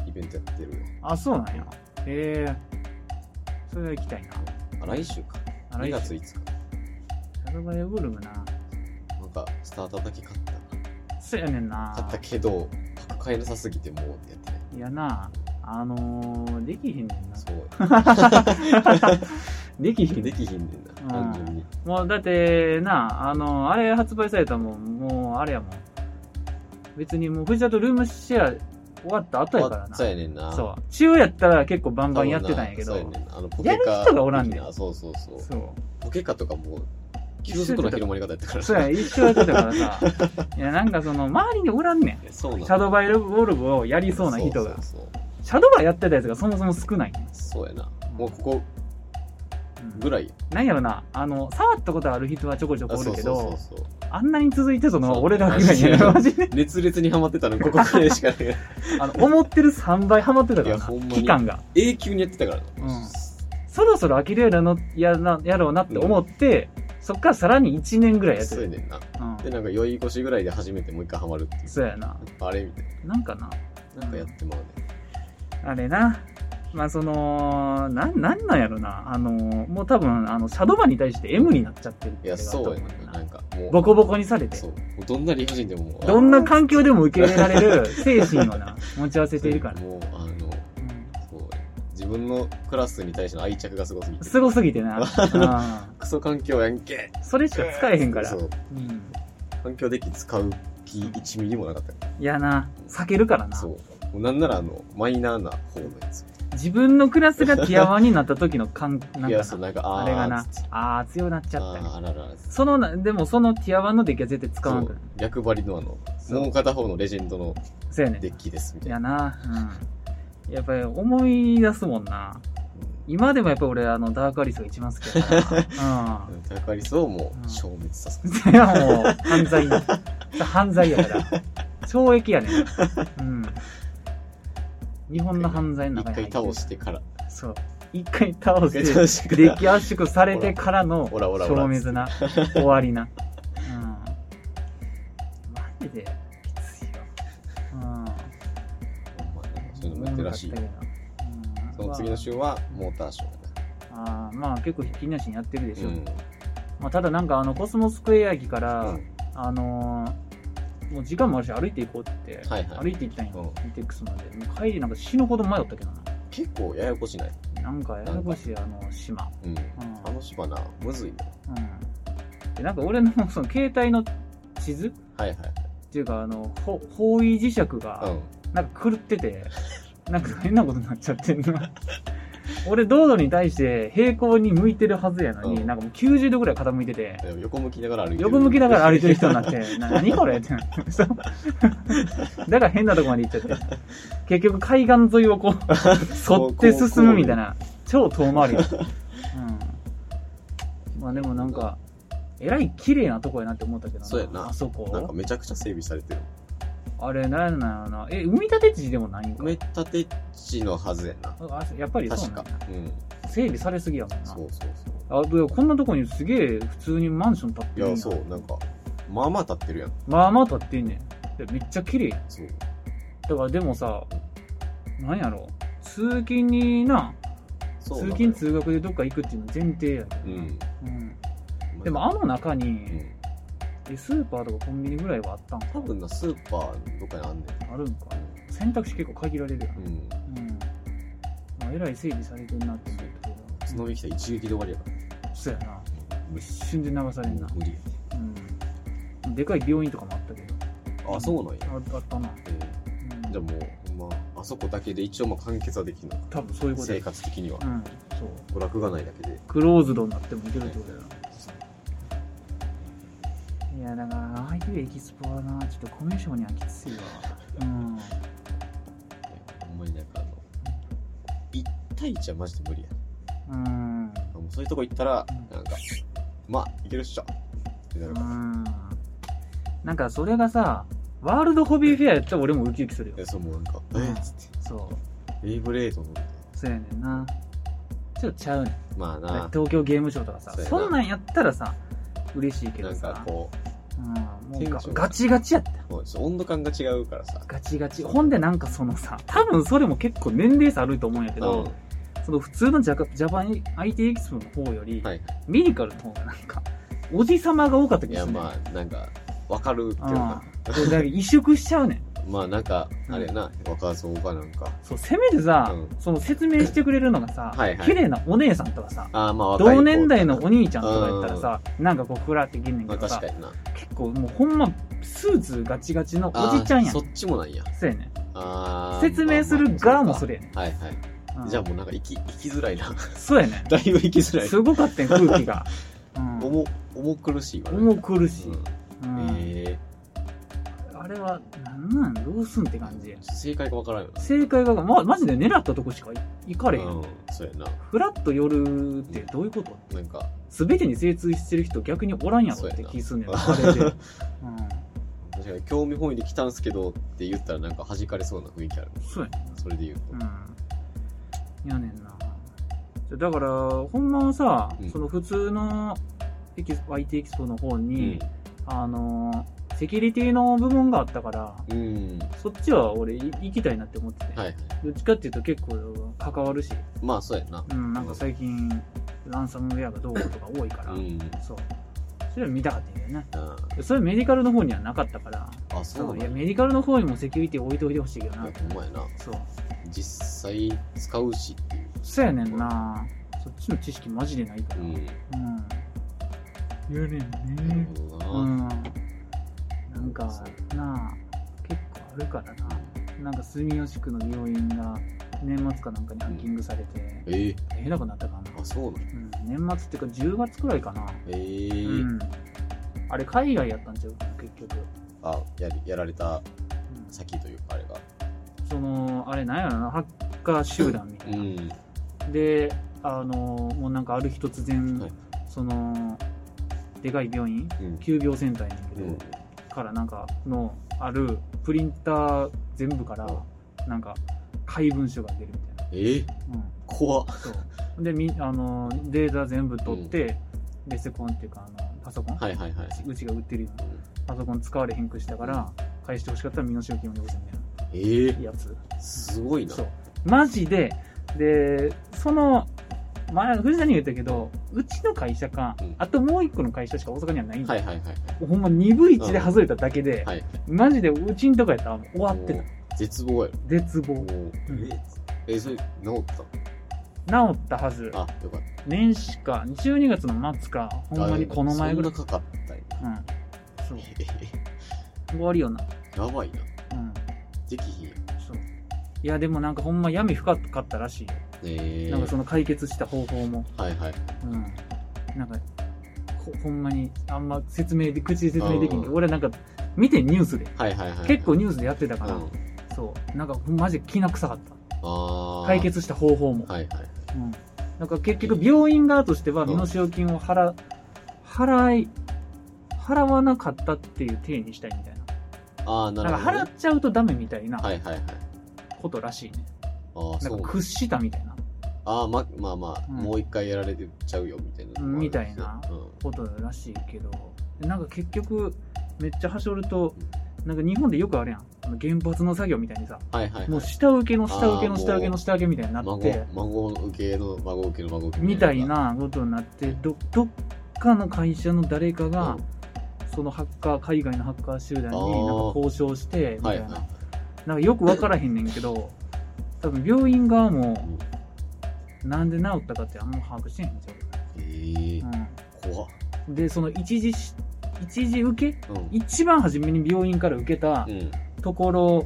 Speaker 2: イベントやってるよ
Speaker 1: あ、そうなんや。へえそれは行きたいな。
Speaker 2: あ来週か
Speaker 1: あ
Speaker 2: 2
Speaker 1: 来
Speaker 2: 月
Speaker 1: 週
Speaker 2: 5日
Speaker 1: サルバイボルムな。
Speaker 2: なんかスターターだけ買った
Speaker 1: そうやねんな。
Speaker 2: 買ったけどパック買えなさすぎてもうやってない
Speaker 1: いやな、あのー、できひんねんな。
Speaker 2: そう
Speaker 1: できひん
Speaker 2: で。きひんねんな
Speaker 1: うん
Speaker 2: 単純に
Speaker 1: もうだってな、あのー、あれ発売されたもん、もうあれやもん。別にもう藤田とルームシェア終わった後やからな。
Speaker 2: そうやねんな
Speaker 1: そう。中やったら結構バンバンやってたんやけ
Speaker 2: そうや
Speaker 1: ど。
Speaker 2: ねんなあのポ
Speaker 1: や
Speaker 2: ケ
Speaker 1: る
Speaker 2: カ
Speaker 1: 人がおらんねん
Speaker 2: 的なそうそうそう
Speaker 1: そう。
Speaker 2: ポケカとかもう急速な広まり方やったから
Speaker 1: そうや、一生やってたから さ。いや、なんかその、周りにおらんねん。
Speaker 2: そうなん
Speaker 1: シャドーバイボルブをやりそうな人が。
Speaker 2: そうそう
Speaker 1: シャドバやってたやつがそもそも少ない、
Speaker 2: そうそうやなもうここぐらい
Speaker 1: なんやろなあの触ったことある人はちょこちょこおるけど
Speaker 2: あそうそうそうそう
Speaker 1: あんなに続いてたのは
Speaker 2: そう
Speaker 1: 俺らぐらいや
Speaker 2: マジで
Speaker 1: なマジで
Speaker 2: 熱烈にハマってたのここぐらいしかない
Speaker 1: あの思ってる3倍ハマってたか
Speaker 2: い
Speaker 1: ら
Speaker 2: や
Speaker 1: な
Speaker 2: ほんまに
Speaker 1: 期間が
Speaker 2: 永久にやってたから
Speaker 1: う
Speaker 2: なん
Speaker 1: そろそろ飽きるやろなやなやろうなって思って、そっからさらに1年ぐらいやって
Speaker 2: そうや
Speaker 1: る、
Speaker 2: ねんな
Speaker 1: うん、
Speaker 2: でなんか酔い腰ぐらいで初めてもう一回ハマるっていう
Speaker 1: そうやな
Speaker 2: あれみたい
Speaker 1: なんかな
Speaker 2: ななんかやってまうね
Speaker 1: あれなまあそのなんなんなんやろなあのもう多分あのシャドバに対して M になっちゃってるって
Speaker 2: いや、
Speaker 1: のがあった
Speaker 2: そうや
Speaker 1: と思
Speaker 2: ね
Speaker 1: うんよ
Speaker 2: な
Speaker 1: なん
Speaker 2: か、もう、
Speaker 1: ボコボコにされて
Speaker 2: そう。もうどんな理不尽でももう、
Speaker 1: どんな環境でも受け入れられる精神をな 持ち合わせているから、
Speaker 2: もう、あの、
Speaker 1: う
Speaker 2: そう、自分のクラスに対しての愛着がすごすぎ
Speaker 1: ん、
Speaker 2: て。
Speaker 1: すごすぎて なあ
Speaker 2: クソ環境やんけ
Speaker 1: ーそれしか使えへんから、
Speaker 2: そう。
Speaker 1: うん、
Speaker 2: 環境デッキ使う気1ミリもなかったか
Speaker 1: いやな避けるから
Speaker 2: ら。
Speaker 1: な
Speaker 2: そう。もうなんなら、あの、マイナーな方のやつ。
Speaker 1: 自分のクラスがティアワンになった時の 感なんか
Speaker 2: い
Speaker 1: な
Speaker 2: や、そう、なんか、あー
Speaker 1: あれがな
Speaker 2: つって
Speaker 1: あー強なっちゃったり
Speaker 2: あーあららら。
Speaker 1: そのなでもそのティアワンのデッキは絶対使わん
Speaker 2: そ
Speaker 1: から
Speaker 2: う役張りのあの、
Speaker 1: そう
Speaker 2: もう片方のレジェンドの
Speaker 1: そうやねん
Speaker 2: デッキです、みたい
Speaker 1: や
Speaker 2: な。
Speaker 1: な、うん、やっぱり思い出すもんな今でもやっぱ俺あのダークアリスが一番好きや な
Speaker 2: うん。役割そうも
Speaker 1: うん
Speaker 2: う消滅させ
Speaker 1: う
Speaker 2: る
Speaker 1: ん それはもう犯罪な犯罪やから懲役やねうん日本の犯罪の
Speaker 2: 一
Speaker 1: 中に
Speaker 2: 回
Speaker 1: 入ってる
Speaker 2: 倒してから。
Speaker 1: そう一回倒して
Speaker 2: 一回倒してから
Speaker 1: デッキ圧縮されてからの
Speaker 2: ほらほらほら
Speaker 1: 消滅な終わりな、うん、マジできついよ、う
Speaker 2: ほんまに
Speaker 1: ん、
Speaker 2: そういうのもやってるらしい
Speaker 1: お。もろかったけどなうん
Speaker 2: その次の週はモーターショー
Speaker 1: あーまあ結構ひっきりなしにやってるでしょ、
Speaker 2: うん
Speaker 1: まあ、ただなんかあのコスモスクエア駅から、
Speaker 2: うん
Speaker 1: あのーもう時間もあるし歩いていこうって、
Speaker 2: はいはい
Speaker 1: 歩いていきたいん
Speaker 2: う
Speaker 1: よ
Speaker 2: ん
Speaker 1: ETX までもう帰りなんか死ぬほど迷ったけどな
Speaker 2: 結構ややこしない。
Speaker 1: なんかややこしいあの島
Speaker 2: うん。
Speaker 1: うん
Speaker 2: あの島な、むずいな。
Speaker 1: うんでなんか俺のその携帯の地図っ
Speaker 2: はいはい
Speaker 1: ていうかあのほ方位磁石
Speaker 2: はい。
Speaker 1: がなんか狂ってて、なんか変なことになっちゃってんな俺道路に対して平行に向いてるはずやのに、
Speaker 2: うん
Speaker 1: なんかもう90度ぐらい傾いてて
Speaker 2: うん。横向きながら歩いてる。
Speaker 1: 横向きながら歩いてる人になっ
Speaker 2: る。
Speaker 1: てな何これってなってそうだから変なとこまで行っちゃって結局海岸沿いをこう 沿って進むみたいな超遠回りだうんまあでもなんかえらい綺麗なとこやなって思ったけど
Speaker 2: そうやな
Speaker 1: あそ
Speaker 2: なんか
Speaker 1: こ
Speaker 2: めちゃくちゃ整備されてる。
Speaker 1: あれなんやろなえ埋め立て地でもないんか
Speaker 2: 埋め立て地のはずやな。
Speaker 1: あやっぱりそう
Speaker 2: 確
Speaker 1: な
Speaker 2: か
Speaker 1: んや。
Speaker 2: うん。
Speaker 1: 整備されすぎやもんな
Speaker 2: そうそうそう。
Speaker 1: あでもこんなとこにすげえ普通にマンション建って
Speaker 2: い
Speaker 1: るん
Speaker 2: や、そう、なんか、まあまあ立ってるやん。
Speaker 1: まあまあ建ってんねんでめっちゃ綺麗
Speaker 2: そう。
Speaker 1: だからでもさなんやろ通勤にな
Speaker 2: そう
Speaker 1: 通勤
Speaker 2: なんか
Speaker 1: 通学でどっか行くっていうの前提やけどなうん、でもあの中
Speaker 2: うん。う
Speaker 1: に、
Speaker 2: ん。
Speaker 1: えスーパーとかコンビニぐらいはあったんか
Speaker 2: 多分な、スーパーどっかにあんね
Speaker 1: あるんか選択肢結構限られるやん
Speaker 2: ん。うん。
Speaker 1: うん、まあ、えらい整備されてんなって思ったけど
Speaker 2: 角引きたら一撃で終わりやか
Speaker 1: そうやな
Speaker 2: ら。無
Speaker 1: 一瞬で流されんな
Speaker 2: 無理や。
Speaker 1: うんでかい病院とかもあったけど
Speaker 2: あ、そうなんや。
Speaker 1: ああったな、
Speaker 2: えー
Speaker 1: うん、
Speaker 2: じゃあもう、まあ、あそこだけで一応まあ完結はできるの
Speaker 1: 多分そういうことや
Speaker 2: 生活的には
Speaker 1: うんそう
Speaker 2: 娯楽がないだけで
Speaker 1: クローズドになってもいけるってことやないやだからああいうエキスポはなちょっとコミュ障にはきついわうん
Speaker 2: ほんまになんかあの1対1はマジで無理や
Speaker 1: うん
Speaker 2: もうそういうとこ行ったら
Speaker 1: うん
Speaker 2: なんかまあいけるっしょってな
Speaker 1: う
Speaker 2: るから
Speaker 1: んなんかそれがさワールドホビーフェアやったら俺もウキウキするよ
Speaker 2: えそうもうなんか「え
Speaker 1: うん
Speaker 2: っ?」つって
Speaker 1: そう
Speaker 2: 「ベイブレードの」
Speaker 1: そうやねんなちょっとちゃうねん
Speaker 2: まあな
Speaker 1: 東京ゲームショウとかさ
Speaker 2: そうやな
Speaker 1: そんなんやったらさ嬉しいけ
Speaker 2: な
Speaker 1: ど
Speaker 2: ん
Speaker 1: さ
Speaker 2: かこ
Speaker 1: うん、もうが
Speaker 2: テンションが
Speaker 1: ガチガチやった
Speaker 2: うもうちょっと温度感が違うからさ
Speaker 1: ガチガチほんでなんかそのさ多分それも結構年齢差あると思うんやけど、
Speaker 2: うん
Speaker 1: その普通のジャカジャパン IT エキスポの方より、
Speaker 2: はい
Speaker 1: ミニカルの方がなんか、おじさまが多かった
Speaker 2: い
Speaker 1: 気が
Speaker 2: や
Speaker 1: する、ね。
Speaker 2: まあなんかわかるけどな
Speaker 1: うんそうだから萎縮しちゃうねん。
Speaker 2: まあなんか
Speaker 1: うん
Speaker 2: あれやな若造かなんか
Speaker 1: そう、せめてさ、
Speaker 2: うん
Speaker 1: その説明してくれるのがさ、
Speaker 2: はいはい
Speaker 1: 綺麗なお姉さんとかさ、
Speaker 2: あーまあ若い子
Speaker 1: 同年代のお兄ちゃんとかやったらさ、なんかこう、ふらってきんねん
Speaker 2: ま
Speaker 1: けど
Speaker 2: あ
Speaker 1: さ
Speaker 2: 確、かにな
Speaker 1: 結構もうほんま、スーツガチガチの
Speaker 2: あ
Speaker 1: お
Speaker 2: ー
Speaker 1: じちゃんやん。
Speaker 2: そ
Speaker 1: そう
Speaker 2: っちもなん
Speaker 1: や
Speaker 2: や
Speaker 1: ねん。
Speaker 2: あー
Speaker 1: 説明する側もそ
Speaker 2: れ
Speaker 1: れやね
Speaker 2: はいはい
Speaker 1: ん。うん
Speaker 2: じゃあもうなんか生き、生きづらいな。
Speaker 1: そうやね
Speaker 2: だいぶ生きづら
Speaker 1: ん。
Speaker 2: い
Speaker 1: す。ごかったよ、空気 が。うん
Speaker 2: 重、重苦しいわね。
Speaker 1: 重苦しい。
Speaker 2: うん
Speaker 1: うん
Speaker 2: え
Speaker 1: あれは、なんなんどうすんって感じ
Speaker 2: ー。正解がわからんよな。
Speaker 1: 正解が、ま、マジで狙ったとこしか行かれへん。
Speaker 2: うん、そうやな。
Speaker 1: フラッと寄るってどういうこと
Speaker 2: なんか、
Speaker 1: 全てに精通してる人逆におらんやろって気すんねん。 あれで。うん。
Speaker 2: 確かに興味本位で来たんすけどって言ったらなんか弾かれそうな雰囲気あるね。
Speaker 1: そうやね
Speaker 2: それで言うと。
Speaker 1: うん。やねんな。だから、ほんまはさ、
Speaker 2: うん
Speaker 1: その普通のエキス IT エキスポの方に、あのー、セキュリティの部門があったから、
Speaker 2: うん。うん。
Speaker 1: そっちは俺い行きたいなって思ってて。
Speaker 2: はいはい。
Speaker 1: どっちかっていうと結構、関わるし、
Speaker 2: まあそうやな
Speaker 1: うん、なんか最近ランサムウェアがどうこうとか多いから、
Speaker 2: うん
Speaker 1: そうそれは見たかったんだよね
Speaker 2: あ
Speaker 1: それメディカルの方にはなかったから
Speaker 2: あそう
Speaker 1: い
Speaker 2: な
Speaker 1: や
Speaker 2: んや
Speaker 1: メディカルの方にもセキュリティ置いておいてほしいけど
Speaker 2: い
Speaker 1: な
Speaker 2: やほんまやな
Speaker 1: そう
Speaker 2: 実際使うしっていう
Speaker 1: そうやねんなそっちの知識マジでないか
Speaker 2: う
Speaker 1: ら
Speaker 2: んな
Speaker 1: うんやねん
Speaker 2: る
Speaker 1: ね
Speaker 2: ほどな、
Speaker 1: うんなんかなあ結構あるからななんか住吉区の病院が年末かなんかにハッキングされて、
Speaker 2: えー、
Speaker 1: 大変なことになったからな
Speaker 2: あそうなん
Speaker 1: うん、年末っていうか10月くらいかな、
Speaker 2: えー
Speaker 1: うん、あれ海外やったんちゃう結局、
Speaker 2: あやりやられた
Speaker 1: うん
Speaker 2: 先というかあれが
Speaker 1: そのあれなんやろなハッカー集団みたいな、
Speaker 2: ん
Speaker 1: であのもうなんかある日突然、
Speaker 2: はい
Speaker 1: そのでかい病院
Speaker 2: うん
Speaker 1: 急病センターやねんけ
Speaker 2: う
Speaker 1: ど、
Speaker 2: ん
Speaker 1: からなんかのあるプリンター全部からなんか怪文書が出るみたい
Speaker 2: えー、
Speaker 1: な、うん、
Speaker 2: 怖っ
Speaker 1: そうでみあのデータ全部取って、レセコンっていうかあのパソコン、
Speaker 2: はいはいはいう
Speaker 1: ちが売ってるような
Speaker 2: うん
Speaker 1: パソコン使われへんくしたから返してほしかったら身の代金をよこせみたい
Speaker 2: えー、
Speaker 1: なやつ
Speaker 2: すごいな
Speaker 1: そうマジででその前藤谷が言ったけどうちの会社か、
Speaker 2: うん
Speaker 1: あともう一個の会社しか大阪にはないんだ
Speaker 2: はい
Speaker 1: よ、
Speaker 2: はいはいはい
Speaker 1: ほんま2分1で外れただけで、
Speaker 2: はい
Speaker 1: マジでうちんとこやったらもう終わってた
Speaker 2: もう絶望や
Speaker 1: 絶望
Speaker 2: ろもうえーえそれ治った
Speaker 1: 治ったはず
Speaker 2: あよかっ
Speaker 1: 年始か12月の末か
Speaker 2: た
Speaker 1: ほんまにこの前ぐらい
Speaker 2: そんなかかったんや
Speaker 1: うんそう
Speaker 2: えー
Speaker 1: 終わりよな
Speaker 2: やばいな
Speaker 1: うん
Speaker 2: できひんやん
Speaker 1: そういやでもなんかほんま闇深かったらしいよ
Speaker 2: えー、
Speaker 1: なんかその解決した方法も、
Speaker 2: はいはい
Speaker 1: うん、なんかほほんまにあんま説明で口で説明できんけ
Speaker 2: う
Speaker 1: ど
Speaker 2: ん
Speaker 1: 俺なんか見てニュースで
Speaker 2: はいはいはい
Speaker 1: 結構ニュースでやってた
Speaker 2: う
Speaker 1: から、
Speaker 2: ん
Speaker 1: そうなんかほんまマジで気な臭かった
Speaker 2: あー
Speaker 1: 解決した方法も、
Speaker 2: はいはい
Speaker 1: うん、なんか結局病院側としては
Speaker 2: うん
Speaker 1: 身代金を払払い払わなかったっていう体にしたいみたい
Speaker 2: ああな
Speaker 1: な
Speaker 2: る
Speaker 1: な
Speaker 2: ほ
Speaker 1: んか
Speaker 2: どね、
Speaker 1: 払っちゃうとダメみたいな
Speaker 2: はいはいはい
Speaker 1: ことらしいね、
Speaker 2: ああ
Speaker 1: な
Speaker 2: そ
Speaker 1: ん
Speaker 2: う
Speaker 1: か屈したみたいな
Speaker 2: ああままあまあ、
Speaker 1: うん
Speaker 2: もう一回やられてちゃうよみたいなのもあるんですね
Speaker 1: みたいな
Speaker 2: う
Speaker 1: こ
Speaker 2: ん
Speaker 1: とらしいけどなんか結局めっちゃはしょるとなんか日本でよくあるやんあの原発の作業みたいにさ
Speaker 2: はいはいはい
Speaker 1: もう下請けの下請け
Speaker 2: あーも
Speaker 1: の
Speaker 2: う
Speaker 1: 下請けの下請けみたいになっ
Speaker 2: 孫
Speaker 1: て
Speaker 2: 孫受けの孫受けの孫受けの
Speaker 1: みたいなことになってどどっかの会社の誰か
Speaker 2: うん
Speaker 1: が、
Speaker 2: はい
Speaker 1: そのハッカー海外のハッカー集団になん
Speaker 2: あ
Speaker 1: か
Speaker 2: ー
Speaker 1: 交渉してみた
Speaker 2: はいい
Speaker 1: な,、なんかよく分からへんねんけど多分病院側もなんで治ったかってあんま把握してへんねんちゃ
Speaker 2: えー、
Speaker 1: う
Speaker 2: 怖っ
Speaker 1: うん、でその一時し一時受け
Speaker 2: うん
Speaker 1: 一番初めに病院から受けた
Speaker 2: うん
Speaker 1: ところ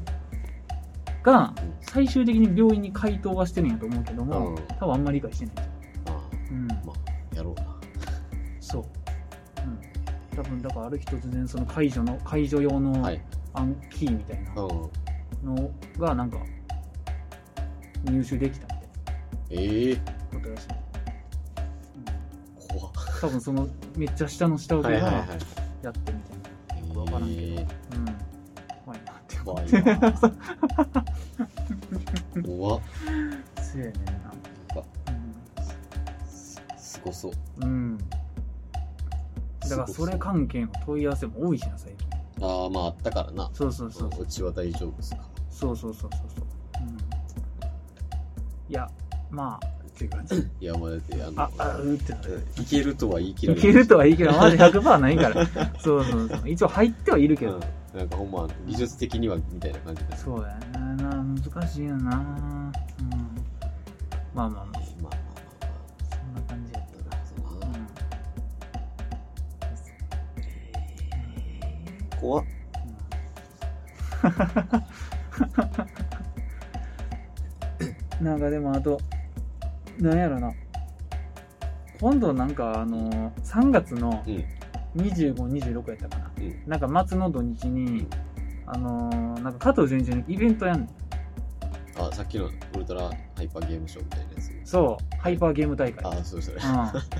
Speaker 1: が
Speaker 2: うん
Speaker 1: 最終的に病院に回答はしてるんやと思うけども、
Speaker 2: うん
Speaker 1: 多分あんまり理解してないんちゃ
Speaker 2: あ
Speaker 1: う、うん、
Speaker 2: まあやろうな
Speaker 1: そう、うん、多分だからある日突然その解除の解除用の
Speaker 2: はい
Speaker 1: アンキーみたいな、
Speaker 2: うん
Speaker 1: のがなんか入手できたみ
Speaker 2: ええー、
Speaker 1: たいなことらしい、う
Speaker 2: 怖
Speaker 1: ん、
Speaker 2: っ
Speaker 1: 多分そのめっちゃ下の下請
Speaker 2: は
Speaker 1: け
Speaker 2: いはい
Speaker 1: が
Speaker 2: はい
Speaker 1: やってみたいな、
Speaker 2: え
Speaker 1: わからんけどう
Speaker 2: ー、
Speaker 1: ん怖いなって思
Speaker 2: 怖
Speaker 1: っ
Speaker 2: い
Speaker 1: て
Speaker 2: な 怖っ
Speaker 1: せやねんな
Speaker 2: なんかすすごそう
Speaker 1: うん、うん、だからそれ関係の問い合わせも多いしな最近
Speaker 2: ああまああったからな
Speaker 1: そうそうそう
Speaker 2: うちは大丈夫ですか
Speaker 1: そうそうそうそうそう、うん、いやまあっていう感じ
Speaker 2: いやまあだってあの
Speaker 1: ああうんってなる
Speaker 2: いけるとは言い切ら
Speaker 1: い
Speaker 2: ない
Speaker 1: けるとは言い切らんまだ100%ない から。そうそうそう。一応入ってはいるけど。
Speaker 2: うん、なんかほんま技術的にはみたいな感じです
Speaker 1: そうやな。難しいよな。うん。まあまあまあ、
Speaker 2: まあまあまあ
Speaker 1: そんな感じやっ
Speaker 2: まあなるほ
Speaker 1: た
Speaker 2: ど
Speaker 1: な。
Speaker 2: な
Speaker 1: うん
Speaker 2: 怖っ
Speaker 1: うん なんかでもあと、なんやろな。今度なんかあのー、3月の
Speaker 2: うん
Speaker 1: 25、26やったかな。
Speaker 2: うん
Speaker 1: なんか松の土日に、あのー、なんか加藤純一のイベントやんねん
Speaker 2: あさっきのウルトラハイパーゲームショーみたいなやつ
Speaker 1: そう、ハイパーゲーム大会。
Speaker 2: ああそうそれ
Speaker 1: うん。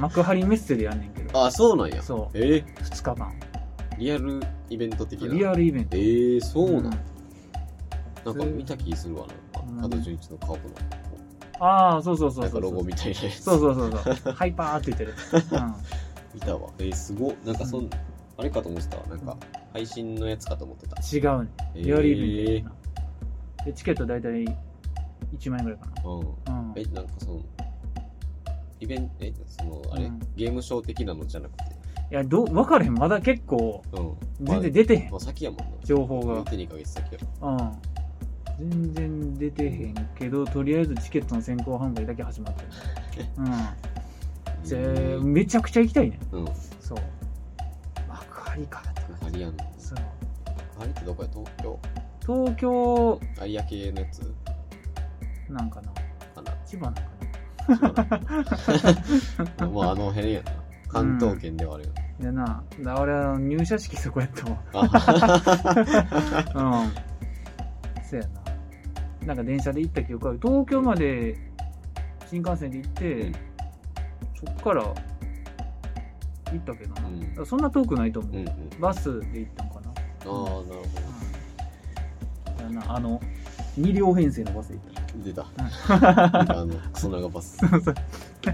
Speaker 1: 幕張メッセでやんねんけど、
Speaker 2: ああそうなんや
Speaker 1: そう
Speaker 2: え
Speaker 1: 2日間。
Speaker 2: ー、リアルイベント的な
Speaker 1: リアルイベント。
Speaker 2: えー、そうなん、
Speaker 1: ん
Speaker 2: なんか見た気するわ
Speaker 1: うん
Speaker 2: な加藤純一の顔の
Speaker 1: ああ、そうそうそう
Speaker 2: なん
Speaker 1: そ
Speaker 2: か
Speaker 1: う。
Speaker 2: ロゴみたいなやつ
Speaker 1: そうそうそうそう。ハイパーって言ってる。う
Speaker 2: 見たわえー、すごっなんかそん、
Speaker 1: う
Speaker 2: あれかと思ってたなんか配信のやつかと思ってた
Speaker 1: ん。違うね。
Speaker 2: え
Speaker 1: リアルイベント
Speaker 2: ー
Speaker 1: やな。で、チケット大体1万円ぐらいか
Speaker 2: うん。
Speaker 1: な。うん。
Speaker 2: え、なんかその、イベント、え、その、あれ、
Speaker 1: うん
Speaker 2: ゲームショー的なのじゃなくて、
Speaker 1: いや、どう、分からへん。まだ結構、
Speaker 2: うん。
Speaker 1: 全然出てへん
Speaker 2: ま。あ、先やもんな。
Speaker 1: 情報が。
Speaker 2: 手にかけて先や
Speaker 1: うん。全然出てへんけど、とりあえずチケットの先行販売だけ始 まってる。うん。
Speaker 2: も
Speaker 1: ぜ
Speaker 2: ん。
Speaker 1: ーめちゃくちゃ行きたいね。
Speaker 2: うん。わ
Speaker 1: そう。幕張か。
Speaker 2: かりやんの。
Speaker 1: そう。
Speaker 2: あれってどこや東京
Speaker 1: 東京
Speaker 2: 有明のやつ
Speaker 1: なんかな。
Speaker 2: かな
Speaker 1: 千葉なんか
Speaker 2: まあ、あの辺やな。関東圏ではあるよ。
Speaker 1: な。やな。だ俺は入社式そこやったわ。
Speaker 2: あ
Speaker 1: うん。そうやな。なんか電車で行った記憶ある。東京まで新幹線で行って、
Speaker 2: うん
Speaker 1: そっから行ったけどな。
Speaker 2: うん
Speaker 1: だからそんな遠くないと思う。
Speaker 2: うんうん。あ
Speaker 1: バスで行ったんかな。
Speaker 2: あ、なるほど。
Speaker 1: だなあの2両編成のバスで行っ
Speaker 2: 出た。
Speaker 1: うん
Speaker 2: あの、クソ長バス。
Speaker 1: た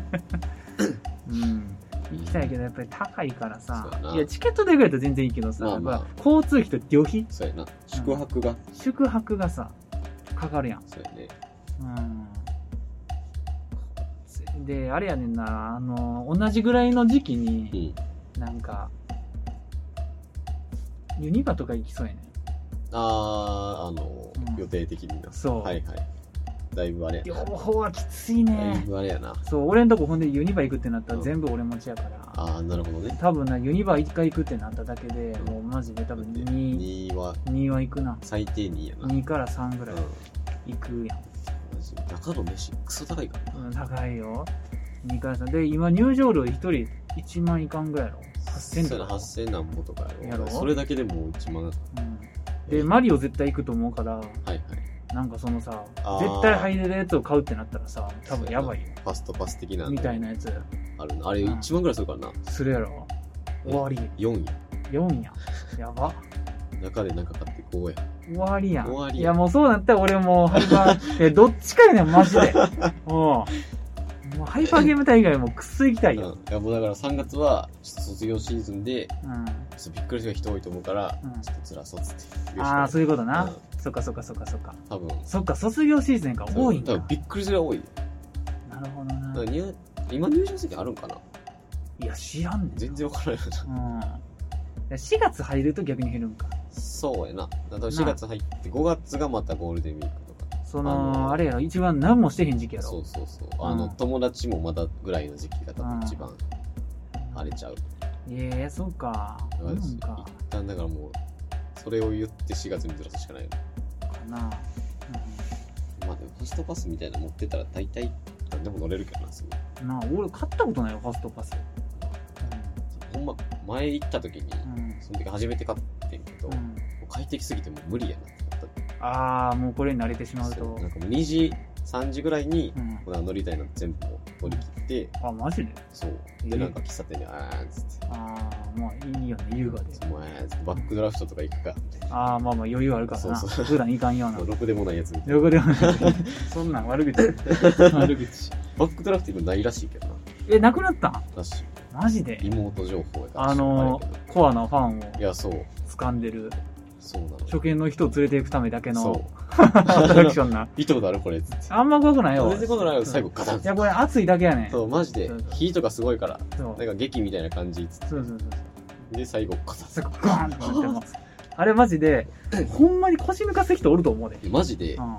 Speaker 1: うん行きたいけどやっぱり高いからさ
Speaker 2: そうやない
Speaker 1: やチケット代ぐらいだったら全然いいけどさ、
Speaker 2: まあまあ
Speaker 1: やっぱ交通費と旅費
Speaker 2: そうやな。宿泊が、
Speaker 1: 宿泊がさかかるやん
Speaker 2: そうやね。
Speaker 1: うんであれやねんなあの同じぐらいの時期
Speaker 2: う
Speaker 1: に
Speaker 2: ん。
Speaker 1: なんかユニバとか行きそうやねん
Speaker 2: ああ、あの、
Speaker 1: うん
Speaker 2: 予定的にな。
Speaker 1: そう
Speaker 2: はいはい。だいぶあれや
Speaker 1: 両方はきつい
Speaker 2: な。だい
Speaker 1: ね
Speaker 2: ぶあれやな。
Speaker 1: そう俺んとこほんでユニバ行くってなったら
Speaker 2: うん
Speaker 1: 全部俺持ちやから
Speaker 2: ああ、なるほどね。
Speaker 1: 多分なユニバ1回行くってなっただけでもうマジで多分 2,
Speaker 2: 2は、
Speaker 1: 2は行くな
Speaker 2: 最低2やな。
Speaker 1: 2から3ぐらい
Speaker 2: うん。
Speaker 1: 行くや
Speaker 2: マジ中の飯、クソ高いから
Speaker 1: ん、うん、高いよ2から3で今入場料1人1万いかんぐらいやろ8000
Speaker 2: そ
Speaker 1: と
Speaker 2: うや
Speaker 1: か
Speaker 2: な8000なんぼとかや
Speaker 1: や
Speaker 2: ろ
Speaker 1: ろ
Speaker 2: それだけでもう1万
Speaker 1: うん、でマリオ絶対行くと思うから
Speaker 2: はいはい
Speaker 1: なんかそのさ
Speaker 2: あー
Speaker 1: 絶対入れるやつを買うってなったらさ多分やばいよ
Speaker 2: ファストパス的な
Speaker 1: みたい
Speaker 2: な
Speaker 1: なやつ
Speaker 2: あるなあれ
Speaker 1: うん
Speaker 2: 1万ぐらいするからな
Speaker 1: するやろ終わり
Speaker 2: 4
Speaker 1: 4ややば
Speaker 2: や中で中買って5や
Speaker 1: 終わりやん。
Speaker 2: 終わりや
Speaker 1: いや、
Speaker 2: ん
Speaker 1: もうそうなったら俺もうハイパー、い や、どっちかやねん、マジで。うん。もうハイパーゲーム大会もくっそ行きた
Speaker 2: う
Speaker 1: い
Speaker 2: んい
Speaker 1: よ。
Speaker 2: やもうだから3月はちょっと卒業シーズンで
Speaker 1: うん。
Speaker 2: ちょっとびっくりする人多いと思うから
Speaker 1: うん
Speaker 2: ちょっと辛そうっつって
Speaker 1: ああ、そう
Speaker 2: う
Speaker 1: いうことな。
Speaker 2: う
Speaker 1: そっかそっかそっかそっか。
Speaker 2: 多分
Speaker 1: そっか、卒業シーズンが多いんだ。
Speaker 2: 多分びっくりする人が多い
Speaker 1: なるほど
Speaker 2: だ
Speaker 1: な
Speaker 2: から。入今入場席あるんかない
Speaker 1: や、知らんねんな。
Speaker 2: 全然わからないな
Speaker 1: うん。いや4月入ると逆に減るんか。
Speaker 2: そうやなだから4月入って5月がまたゴールデンウィークとか
Speaker 1: そ
Speaker 2: あの
Speaker 1: の、
Speaker 2: ー
Speaker 1: あれやろ、一番何もしてへん時期やろ。
Speaker 2: そうそうそうあ
Speaker 1: う
Speaker 2: の
Speaker 1: ん
Speaker 2: 友達もまだぐらいの時期が多分一番
Speaker 1: うん
Speaker 2: 荒れちゃう
Speaker 1: ええそうか。う
Speaker 2: 一
Speaker 1: んか。
Speaker 2: 旦だからもうそれを言って4月にずらすしかないよね
Speaker 1: かな。
Speaker 2: まあでもファストパスみたいなの持ってたら大体何でも乗れるけどなすごい
Speaker 1: うん。なあ、俺買ったことないよ、ファストパス。
Speaker 2: ほんま前行った時に
Speaker 1: うん。うん
Speaker 2: その時初めて買ってんけど、
Speaker 1: う
Speaker 2: も
Speaker 1: ん
Speaker 2: う快適すぎてもう無理やなってなっ
Speaker 1: ああもうこれに慣れてしたまう
Speaker 2: そう
Speaker 1: と
Speaker 2: なんかもう2時3時ぐらいに
Speaker 1: う、ん
Speaker 2: この乗りたいの全部もう乗り切って
Speaker 1: あマジで
Speaker 2: そう
Speaker 1: え
Speaker 2: でなんか喫茶店であーんっつって
Speaker 1: ああまあいいよね優雅で
Speaker 2: そうもうあーんっつってバックドラフトとか行くかみたいな
Speaker 1: ああまあまあ余裕あるからな
Speaker 2: そうそう
Speaker 1: 普段いかんような
Speaker 2: もうろくでもないやつみたいな
Speaker 1: どこでもないそんなん悪口悪口
Speaker 2: バックドラフト今ないらしいけどな
Speaker 1: えなくなったん
Speaker 2: らしい
Speaker 1: マジで
Speaker 2: 妹情報やから
Speaker 1: あの
Speaker 2: ちょっとあれやけ
Speaker 1: ー、コアなファンを
Speaker 2: どいやそう
Speaker 1: 掴んでる
Speaker 2: そうなの
Speaker 1: 初見の人を連れていくためだけ
Speaker 2: そ
Speaker 1: の
Speaker 2: う
Speaker 1: アトラクションな
Speaker 2: 見たことあるこれつって
Speaker 1: あんま怖くないよ
Speaker 2: 全然ことないよ最後ガタン
Speaker 1: いやこれ熱いだけやねん
Speaker 2: そ
Speaker 1: そう
Speaker 2: マジで
Speaker 1: そうそう
Speaker 2: 火とかすごいから
Speaker 1: う
Speaker 2: なんか劇みたいな感じつっ
Speaker 1: そうそうそう
Speaker 2: てで最後ガタン
Speaker 1: そこゴーンってなってもあれマジでほんまに腰抜かす人おると思うで、
Speaker 2: えマジで
Speaker 1: うんうん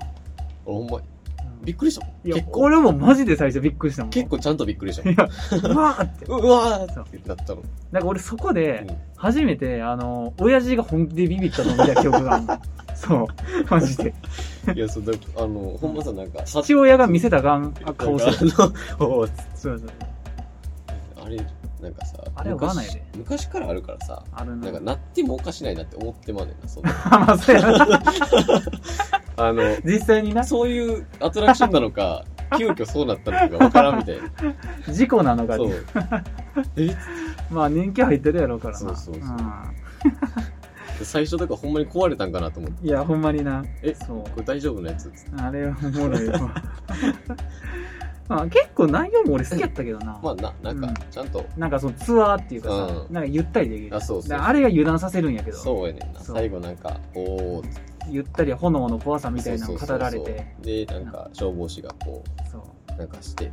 Speaker 2: 俺ほんまびっくりしたもん
Speaker 1: いや、
Speaker 2: 結構
Speaker 1: 俺もマジで最初びっくりしたもん。
Speaker 2: 結構ちゃんとびっくりした
Speaker 1: い
Speaker 2: もん
Speaker 1: や、うわーって。
Speaker 2: うわ
Speaker 1: そう
Speaker 2: ーってなったの
Speaker 1: なんか俺そこで、
Speaker 2: う
Speaker 1: 初めて、あの、親父が本気でビビったのを見た記憶があるの。そう。マジで。
Speaker 2: んいやそうだあのほんまさなんか
Speaker 1: 父親が見せたがんあ顔する。
Speaker 2: るおーつって
Speaker 1: そうそう。
Speaker 2: あれなんかさ
Speaker 1: あれは罠やで
Speaker 2: 昔昔からあるからさ
Speaker 1: ある
Speaker 2: なん
Speaker 1: な。
Speaker 2: かなってもおかしないなって思ってまうねんなその
Speaker 1: あ、まあ、そうや な。
Speaker 2: あの
Speaker 1: 実際にな。
Speaker 2: そういうアトラクションなの か、急遽そうなったのかわからんみたいな。
Speaker 1: 事故なのか
Speaker 2: そ。う。え
Speaker 1: まあ、年季入ってるやろうからな。
Speaker 2: そうそうそうん最初とかほんまに壊れたんかなと思って。
Speaker 1: いや、ほんまにな。
Speaker 2: え
Speaker 1: そう
Speaker 2: これ大丈夫なやつ
Speaker 1: あれはおもろい わ。まあ、結構内容も俺好きやったけどな。
Speaker 2: まあな、なん
Speaker 1: うん
Speaker 2: か、ちゃんと、
Speaker 1: なんかそのツアーっていうかさ、
Speaker 2: うん
Speaker 1: なんかゆったりできる。
Speaker 2: あそうそう
Speaker 1: だからあれが油断させるんやけど。
Speaker 2: そうやねんな。
Speaker 1: そう
Speaker 2: 最後なんか、おーって、
Speaker 1: ゆったり炎の怖さみたいなの
Speaker 2: そう
Speaker 1: 語
Speaker 2: そうそう
Speaker 1: られて
Speaker 2: でなんか消防士がこ
Speaker 1: そう
Speaker 2: うなんかして
Speaker 1: い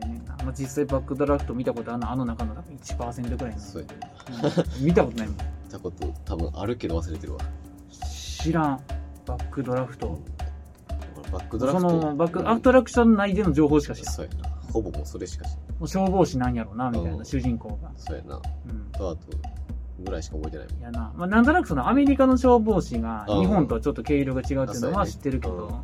Speaker 1: やねあんま実際バックドラフト見たことあるのあの中の多分1%ぐらいの
Speaker 2: そうやね
Speaker 1: うん見たことないもん
Speaker 2: 見たこと多分あるけど忘れてるわ
Speaker 1: 知らんバックドラフト
Speaker 2: バックドラフト
Speaker 1: そのバックアトラクション内での情報しか知らん
Speaker 2: そうやなほぼもうそれしかし
Speaker 1: もう消防士なんやろうなみたいな、
Speaker 2: うん
Speaker 1: 主人公が、
Speaker 2: そうやな
Speaker 1: うん、
Speaker 2: とあとぐらいしか覚えてないもん
Speaker 1: いやな、まあ、なんとなくそのアメリカの消防士が
Speaker 2: うん
Speaker 1: 日本とはちょっと毛色が違うっていうの
Speaker 2: あそうや
Speaker 1: は
Speaker 2: ね
Speaker 1: 知ってるけど、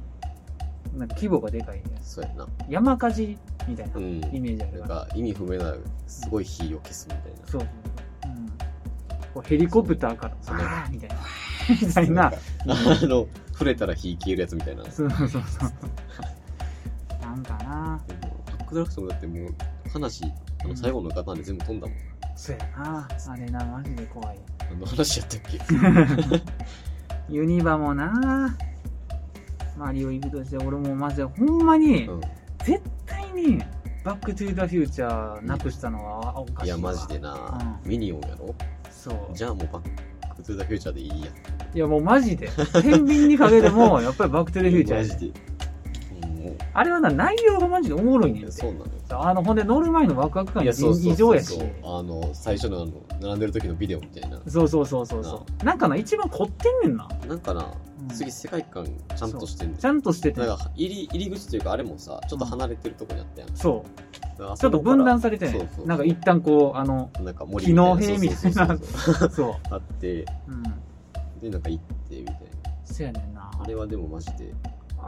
Speaker 1: なんか規模がでかいね
Speaker 2: そうやな
Speaker 1: 山火事みたいな
Speaker 2: うん
Speaker 1: イメージある
Speaker 2: なん
Speaker 1: から、
Speaker 2: か意味不明なすごい火を消すみたいな
Speaker 1: そうそうそう、うん、こうヘリコプターから
Speaker 2: そう
Speaker 1: わーみたいなみたいな
Speaker 2: あの触れたら火消えるやつみたいなバ
Speaker 1: そうそうそうそうなんかな
Speaker 2: ックドラフトもだってもう話あ
Speaker 1: う
Speaker 2: の
Speaker 1: ん
Speaker 2: 最後の方で全部飛んだもん
Speaker 1: そうやなあれなマジで怖い
Speaker 2: 何の話やったっけ
Speaker 1: ユニバもなマリオ行くとして俺もマジでほんまに、
Speaker 2: うん
Speaker 1: 絶対にバックトゥザフューチャーなくしたのはおかし
Speaker 2: い
Speaker 1: いわ
Speaker 2: やマジでな
Speaker 1: う
Speaker 2: ミニオンやろ
Speaker 1: そう
Speaker 2: じゃあもうバックトゥザフューチャーでいいや
Speaker 1: いやもうマジで天秤にかけて もやっぱりバックトゥザフューチャ
Speaker 2: マ
Speaker 1: ーや
Speaker 2: ジ
Speaker 1: ね
Speaker 2: でうんも
Speaker 1: あれはな内容がマジでおもろいうね
Speaker 2: い
Speaker 1: ん
Speaker 2: や
Speaker 1: て
Speaker 2: そうなのよ
Speaker 1: あのほんで乗る前のワクワク感
Speaker 2: い
Speaker 1: が
Speaker 2: やそうそう
Speaker 1: 異
Speaker 2: そ
Speaker 1: 常
Speaker 2: う
Speaker 1: やし
Speaker 2: そうあの最初のあの並んでる時のビデオみたいな
Speaker 1: そうそうそうそうそうなんかな一番凝ってんねんな、
Speaker 2: なんかな
Speaker 1: うん
Speaker 2: 次世界観ちゃんとしてんねん
Speaker 1: ちゃんとしてて
Speaker 2: だから入り入り口というかあれもさちょっと離れてるとこにあったやんだ
Speaker 1: そ
Speaker 2: からあ
Speaker 1: うちょ
Speaker 2: そ
Speaker 1: っと
Speaker 2: こから
Speaker 1: 分断されてね
Speaker 2: そうそう
Speaker 1: なんか一旦こうあの
Speaker 2: なんか森みたいな
Speaker 1: 機能兵みたいな
Speaker 2: そうそうそうそう
Speaker 1: そ
Speaker 2: あって
Speaker 1: ううん
Speaker 2: でなんか行ってみたいな
Speaker 1: そやねんな
Speaker 2: あれはでもマジで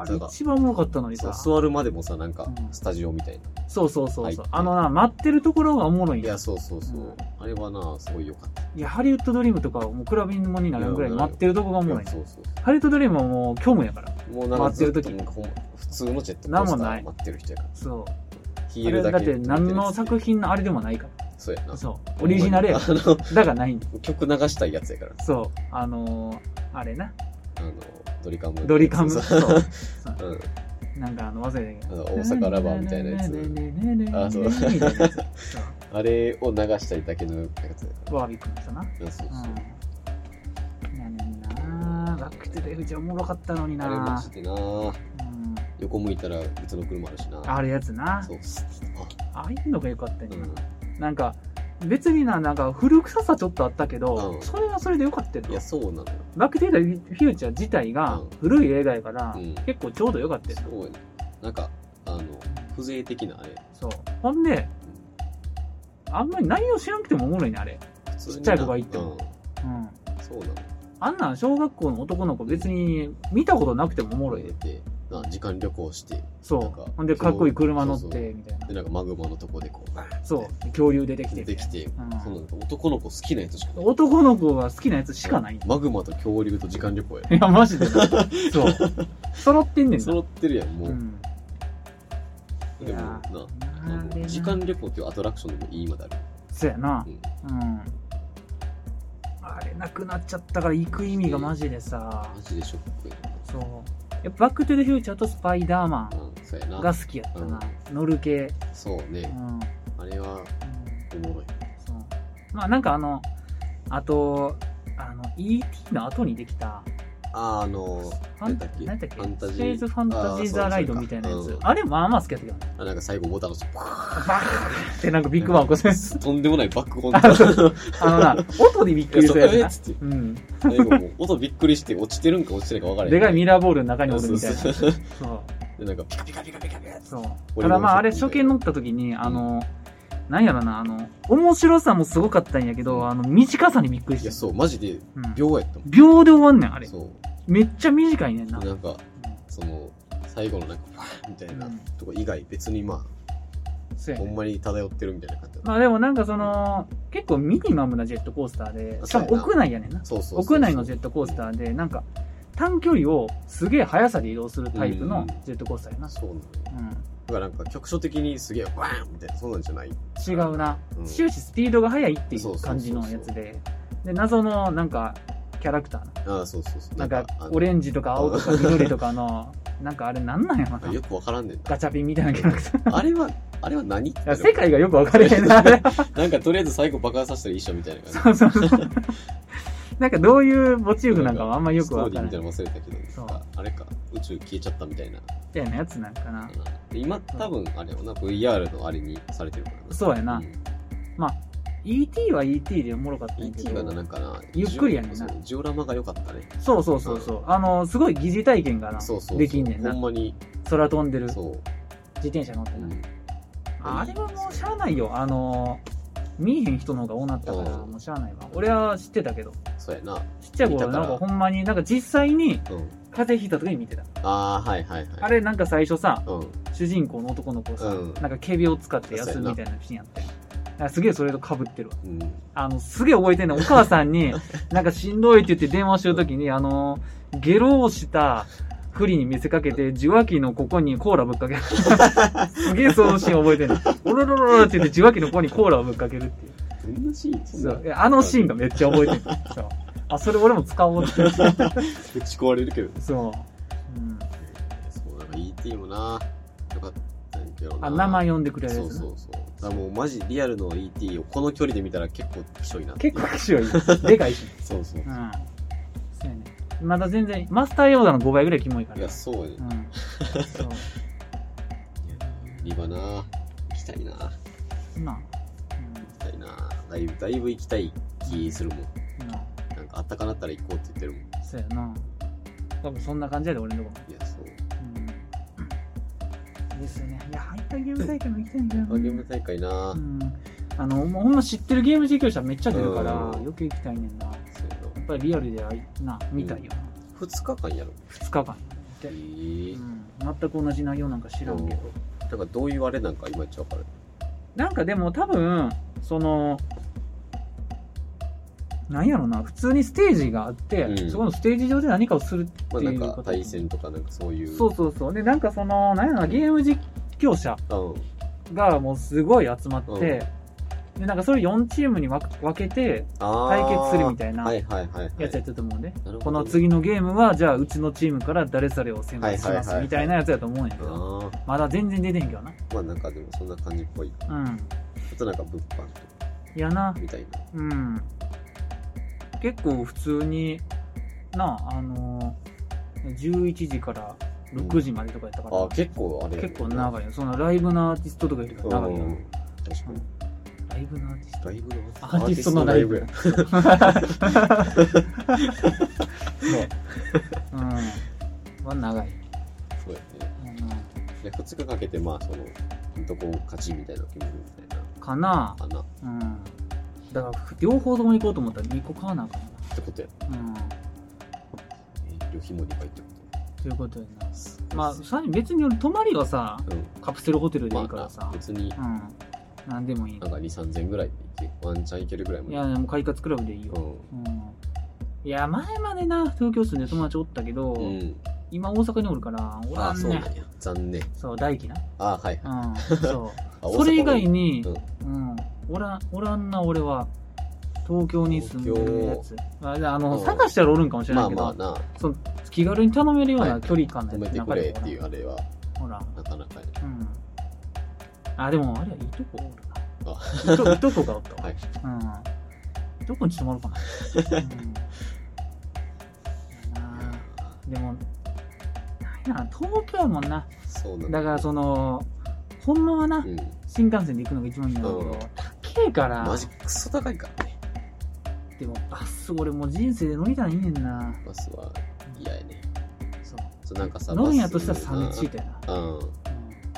Speaker 1: あれ一番おもろかったのに
Speaker 2: そ
Speaker 1: さ
Speaker 2: う座るまでもさなんか
Speaker 1: うん
Speaker 2: スタジオみたいな、
Speaker 1: そうそうそうそ
Speaker 2: 入
Speaker 1: う
Speaker 2: って
Speaker 1: あのな待ってるところがおもろいん
Speaker 2: い
Speaker 1: だ
Speaker 2: やそうそうそう、
Speaker 1: うん
Speaker 2: あれはなすごい良かった
Speaker 1: いや、ハリウッドドリームとかはもう比べ物になるぐらい待ってるとこがおもろい
Speaker 2: いや。そうそう
Speaker 1: ハリウッドドリームはもう虚無やから。
Speaker 2: もうなんか
Speaker 1: 待ってる時
Speaker 2: ずっともうほんま普通のジェットコースタ
Speaker 1: なんもな
Speaker 2: ー
Speaker 1: い
Speaker 2: 待ってる人やから
Speaker 1: そう。
Speaker 2: ヒ
Speaker 1: あ
Speaker 2: ール
Speaker 1: れ
Speaker 2: だ
Speaker 1: だ
Speaker 2: け
Speaker 1: って何の作
Speaker 2: 品
Speaker 1: 品のあれでもないか
Speaker 2: そうやな
Speaker 1: ら。そう。オリジナルや
Speaker 2: あの
Speaker 1: だ からないんだよ。
Speaker 2: 曲流したいやつやから
Speaker 1: そう。あのー、あれな。
Speaker 2: あのドリカム
Speaker 1: ドリカム。
Speaker 2: そう
Speaker 1: そ
Speaker 2: そう
Speaker 1: う。
Speaker 2: うん
Speaker 1: なんかあの、忘れて
Speaker 2: あの大阪ラバーみたいなやつあそう
Speaker 1: みたいなやつそ
Speaker 2: あれを流したいだけのやつやか
Speaker 1: う。ワービックの人な。。
Speaker 2: らうんそうそううん
Speaker 1: やねんなバックトゥ・ザ・フューチャーおもろかったのに
Speaker 2: あれマ
Speaker 1: な
Speaker 2: ジでな
Speaker 1: うん
Speaker 2: 横向いたら別の車あるしな
Speaker 1: あれやつな
Speaker 2: そう
Speaker 1: ああいうのがよかったん
Speaker 2: う
Speaker 1: や
Speaker 2: ん
Speaker 1: ななんか別にななんか古臭さちょっとあったけど、
Speaker 2: うん
Speaker 1: それはそれでよかったよ
Speaker 2: いやそうなのよ
Speaker 1: バック・トゥ・ザ・フューチャー自体が
Speaker 2: うん
Speaker 1: 古い映画やから、
Speaker 2: うん
Speaker 1: 結構ちょうどよかったよ
Speaker 2: すごいなんかあの風情的なあれ
Speaker 1: そうほんであんまり内容知らなくてもおもろいねあれ
Speaker 2: 普通に
Speaker 1: ちっちゃい子が行ってもうん
Speaker 2: うんそうなの
Speaker 1: あんなん小学校の男の子別に見たことなくてもおもろい
Speaker 2: 出
Speaker 1: で
Speaker 2: てな時間旅行して
Speaker 1: そ
Speaker 2: なんか
Speaker 1: うほんでかっこいい車乗っ
Speaker 2: そうそ
Speaker 1: てみたいな
Speaker 2: でなんかマグマのとこでこう
Speaker 1: そう恐竜出てきて
Speaker 2: 出
Speaker 1: みた
Speaker 2: て
Speaker 1: いな
Speaker 2: きて
Speaker 1: うん
Speaker 2: そうなんか男の子好きなやつしかない
Speaker 1: 男の子が好きなやつしかない、
Speaker 2: マグマと恐竜と時間旅行や
Speaker 1: いやマ ジでなそう揃ってんねんな
Speaker 2: 揃ってるやんも
Speaker 1: う
Speaker 2: うん
Speaker 1: い
Speaker 2: でも
Speaker 1: や
Speaker 2: な
Speaker 1: ー
Speaker 2: あの時間旅行っていうアトラクションでもいいまである
Speaker 1: そうやな
Speaker 2: うん
Speaker 1: うんあれなくなっちゃったから行く意味がマジでさ
Speaker 2: マジでショックや
Speaker 1: そうやっぱバック・トゥ・ザ・フューチャーとスパイダーマ
Speaker 2: なうんそうや
Speaker 1: ンが
Speaker 2: な
Speaker 1: 好きやったな乗る系
Speaker 2: そう
Speaker 1: う
Speaker 2: ね
Speaker 1: ん、うん、
Speaker 2: あれはおもろい
Speaker 1: そうまあなんかあのあとあの E.T. の後にできた
Speaker 2: あーあの
Speaker 1: ファ
Speaker 2: 何
Speaker 1: ン
Speaker 2: だっけ
Speaker 1: 何だっけ
Speaker 2: ファンタジー
Speaker 1: スペースファンタジー・ザ・ライドみたいなや
Speaker 2: あーそ
Speaker 1: つ
Speaker 2: うか
Speaker 1: あれまあまあ好きやったけどね
Speaker 2: あなんか最後ボタン押してパーン
Speaker 1: バーンってなんかビッグバン起こすや つ
Speaker 2: とんでもない爆音
Speaker 1: あそうあのな音でびっく
Speaker 2: いや
Speaker 1: りす
Speaker 2: そ
Speaker 1: る
Speaker 2: れ
Speaker 1: やつ
Speaker 2: え
Speaker 1: な
Speaker 2: っつって
Speaker 1: うん
Speaker 2: 最後もう音びっくりして落ちてるんか落ちてないか分からへん
Speaker 1: でかいミラーボールの中にお
Speaker 2: そ
Speaker 1: る
Speaker 2: う
Speaker 1: みたいな
Speaker 2: そ
Speaker 1: そうう
Speaker 2: そうでなんかピカピカピカピカピカ
Speaker 1: そう
Speaker 2: 俺
Speaker 1: ただまあ
Speaker 2: も
Speaker 1: あれ
Speaker 2: そう
Speaker 1: 初見乗った時にあの、なんやろなあの面白さもすごかったんやけどあの短さにびっくりし
Speaker 2: い
Speaker 1: た
Speaker 2: やそうマジで
Speaker 1: うん秒
Speaker 2: 秒やったもん
Speaker 1: で終わんねんあれ
Speaker 2: そう
Speaker 1: めっちゃ短いねんな、
Speaker 2: でなんかその最後のなんかパーンみたいな
Speaker 1: うん
Speaker 2: とこ以外別にま
Speaker 1: そうや
Speaker 2: あほ
Speaker 1: ね
Speaker 2: んまに漂ってるみたいな感じだった
Speaker 1: まあでもなんかその結構ミニマムなジェットコースターで
Speaker 2: あ
Speaker 1: しかも
Speaker 2: そうやな
Speaker 1: 屋内やねんな
Speaker 2: そうそうそう
Speaker 1: 屋内のジェットコースターでなんか短距離をすげえ速さで移動するタイプのジェットコースターやな、
Speaker 2: そうなのよ
Speaker 1: うん、
Speaker 2: だからなんか局所的にすげえバーンみたいなそんなんじゃない
Speaker 1: 違うな、
Speaker 2: うん
Speaker 1: 終始スピードが速いっていう感じのやつでで謎のなんかキャラクターな
Speaker 2: ああそうそうそう
Speaker 1: なんか
Speaker 2: あの
Speaker 1: オレンジとか青とか緑とか のなんかあれなんなんやろ
Speaker 2: あ
Speaker 1: な
Speaker 2: よく分からんねんな
Speaker 1: ガチャピンみたいなキャラ クター
Speaker 2: あれはあれは何
Speaker 1: いや世界 がよく分かれへんなあれ
Speaker 2: なんかとりあえず最後爆破させたら一緒みたいな感
Speaker 1: そうそうそうなんかどういうモチーフなんかはあんまよくわ
Speaker 2: スト
Speaker 1: か
Speaker 2: ー
Speaker 1: ら
Speaker 2: リーみ
Speaker 1: な
Speaker 2: た
Speaker 1: い
Speaker 2: いなの忘れたけど
Speaker 1: そう
Speaker 2: ああれか宇宙消えちゃったみたいな
Speaker 1: みたいなやつなんかな
Speaker 2: で今多分あれよな VR のあれにされてるからな
Speaker 1: そうやなん ET は ET でおもろかったんやけ
Speaker 2: ET がな
Speaker 1: ど
Speaker 2: なんかな
Speaker 1: ゆっくりやねんな
Speaker 2: そうジオラマが良かったね
Speaker 1: そうそうそうそうあのすごい疑似体験がな
Speaker 2: そうそうそう
Speaker 1: できんねんな
Speaker 2: ほんまに
Speaker 1: 空飛んでる自
Speaker 2: そう
Speaker 1: 転車乗って
Speaker 2: う
Speaker 1: なんあれはもうしゃあないよ。あの、見えへん人の方が多なったから、
Speaker 2: うん
Speaker 1: もうしゃあないわ。俺は知ってたけど、
Speaker 2: そうやな
Speaker 1: ちっちゃい頃
Speaker 2: 見た
Speaker 1: な
Speaker 2: か
Speaker 1: ん
Speaker 2: ら
Speaker 1: かほんまに、なんか実際に
Speaker 2: うん
Speaker 1: 風邪ひいた時に見てた。
Speaker 2: ああはいはいはい
Speaker 1: あれなんか最初さ、
Speaker 2: うん
Speaker 1: 主人公の男の子さ、
Speaker 2: うん
Speaker 1: なんか警備を使って休むみたいなシーンやって。なんかすげえそれと被ってるわ。
Speaker 2: うん
Speaker 1: あの、すげえ覚えてんねんお母さん に、なんかしんどいって言って電話してる時に、あの、ゲロをしたふりに見せかけて、受話器のここにコーラぶっ かける。すげえそのシーン覚えてんねんおろろろろって言って受話器のここにコーラをぶっかけるっていう。
Speaker 2: どんなシーンそん
Speaker 1: そ
Speaker 2: な
Speaker 1: うあのシーンがめっちゃ覚えてる。そうあ、それ俺も使おうって。
Speaker 2: ぶち壊れるけど
Speaker 1: そう。うん、
Speaker 2: そうなんか ET もな良かったんやけどな
Speaker 1: あ、名前呼んでくれるや
Speaker 2: そ
Speaker 1: つ
Speaker 2: う
Speaker 1: な。
Speaker 2: そうそうだからもうマジリアルの ET をこの距離で見たら結構きしょいなっていう
Speaker 1: 結構機種はいい。でかいし。
Speaker 2: そうそ
Speaker 1: う
Speaker 2: う
Speaker 1: ん。そうやね。まだ全然、マスターヨーダの5倍ぐらいキモいか
Speaker 2: い
Speaker 1: ら。
Speaker 2: やそうやね
Speaker 1: うん。 そう。
Speaker 2: リバな行きたいな行
Speaker 1: そんなん。
Speaker 2: きたいなだいぶだいぶ行きたい気するもん
Speaker 1: うん。な
Speaker 2: なんかあったかなったら行こうって言ってるもんい
Speaker 1: そうやな。多分そんな感じやで、俺のとこも。
Speaker 2: やそう
Speaker 1: うん。ですよね。いや、ハイターゲーム大会も行きたいんだよな。
Speaker 2: ゲーム大会な、
Speaker 1: うん。あの、もうほんま知ってるゲーム実況者めっちゃ出るから、
Speaker 2: うん
Speaker 1: よく行きたいねんな。や
Speaker 2: そうや
Speaker 1: っぱりリアルであいな、見たいよな。
Speaker 2: な2日間やろ
Speaker 1: 2日間。
Speaker 2: え
Speaker 1: でう
Speaker 2: ー
Speaker 1: ん、全く同じ内容なんか知らんけど。
Speaker 2: だからどういうあれなんかいまいちわかる
Speaker 1: なんかでも多分、その、なんやろな、普通にステージがあって、
Speaker 2: うん
Speaker 1: そこのステージ上で何かをするって
Speaker 2: まあ
Speaker 1: い
Speaker 2: な
Speaker 1: うこと
Speaker 2: んか対戦とかなんかそういう
Speaker 1: そうそうそう。で、なんかその、なんやろな、ゲーム実況者
Speaker 2: うん
Speaker 1: がもうすごい集まって、で、なんかそれ4チームに分分けて
Speaker 2: あ
Speaker 1: 対
Speaker 2: ー
Speaker 1: 決するみたいな
Speaker 2: はいはいはい、はい、
Speaker 1: やつやってたと思うね。
Speaker 2: なるほどね
Speaker 1: この次のゲームは、じゃあうちのチームから誰それを選抜しま
Speaker 2: はいはいはい
Speaker 1: す
Speaker 2: はい
Speaker 1: みたいなやつやと思うんやけ
Speaker 2: あ
Speaker 1: ど、
Speaker 2: ー
Speaker 1: まだ全然出てへんけどな。
Speaker 2: まあなんかでもそんな感じっぽい
Speaker 1: うん。
Speaker 2: あとなんか物販と
Speaker 1: いやな
Speaker 2: か。みたいな
Speaker 1: うん。結構普通に、なあ、あのー、11時から6時までとかやったから、
Speaker 2: あー結構あれやね
Speaker 1: 結構長いよ。そのライブのアーティストとかいるから長いよ。
Speaker 2: うん確かに
Speaker 1: ライブのアーティスト
Speaker 2: ライブの
Speaker 1: アーティストのライブ
Speaker 2: アーティス
Speaker 1: うん。は長い。
Speaker 2: トのライブやそうやね
Speaker 1: あの
Speaker 2: で2日かけてまあそのどこ勝ちみたいなの決めるみたい
Speaker 1: かな
Speaker 2: なかなっ
Speaker 1: うん。だから、両方とも行こうと思ったら2個買わなあかん
Speaker 2: てことや
Speaker 1: な。うん。
Speaker 2: え旅費も2倍ってこと
Speaker 1: ということになる。
Speaker 2: す
Speaker 1: まあ、さ別に俺泊まりはさ、
Speaker 2: うん
Speaker 1: カプセルホテルでいい
Speaker 2: ま
Speaker 1: から
Speaker 2: あ
Speaker 1: さ
Speaker 2: な、別に
Speaker 1: うん。なんでもいい
Speaker 2: な。んか2 3 0 0 0ぐらいでいけワンチャンいけるぐらいも
Speaker 1: いや、もう快活クラブでいいよ。
Speaker 2: う
Speaker 1: うんいや、前までな、東京住んで友達おったけど、
Speaker 2: ん、うん、
Speaker 1: 今大阪におるから、お
Speaker 2: あ
Speaker 1: ら
Speaker 2: あ
Speaker 1: ん
Speaker 2: そう
Speaker 1: ね
Speaker 2: なんや残念
Speaker 1: そう、大輝
Speaker 2: ああはい
Speaker 1: な。うん、そ
Speaker 2: あ
Speaker 1: う。
Speaker 2: 大阪
Speaker 1: それ以外
Speaker 2: も
Speaker 1: に
Speaker 2: う、
Speaker 1: うん、おらん、おらんな、俺は。東京に住んでるやつ。まあ、あの、
Speaker 2: うん
Speaker 1: 探したらおるんかもしれない
Speaker 2: まあ
Speaker 1: けど、
Speaker 2: まあな
Speaker 1: その、気軽に頼めるよう
Speaker 2: は
Speaker 1: ない距離感のや
Speaker 2: 止
Speaker 1: つ、
Speaker 2: めてく
Speaker 1: 中
Speaker 2: れ
Speaker 1: で
Speaker 2: っていうあれは
Speaker 1: おらん。おらん
Speaker 2: なかなかやね
Speaker 1: うん。あ、でも、あれはいいとこ
Speaker 2: あ
Speaker 1: おるな。いといとこがおったわ。
Speaker 2: はい
Speaker 1: うん。どこに泊まろうかな。うん、やなあでも、なんやな東京やもんな。
Speaker 2: そうなん
Speaker 1: だから
Speaker 2: の
Speaker 1: その、ほんまはな
Speaker 2: う、ん
Speaker 1: 新幹線で行くのが一番いいんだけ
Speaker 2: うん
Speaker 1: ど、高えから、
Speaker 2: マジクソ高いからね
Speaker 1: でもバス俺もう人生で乗りたいねんな。
Speaker 2: バスは嫌やね
Speaker 1: そう。
Speaker 2: そうなんかさ
Speaker 1: 乗るんや
Speaker 2: バ
Speaker 1: と
Speaker 2: ス
Speaker 1: したらサンチートやな。
Speaker 2: うん
Speaker 1: うん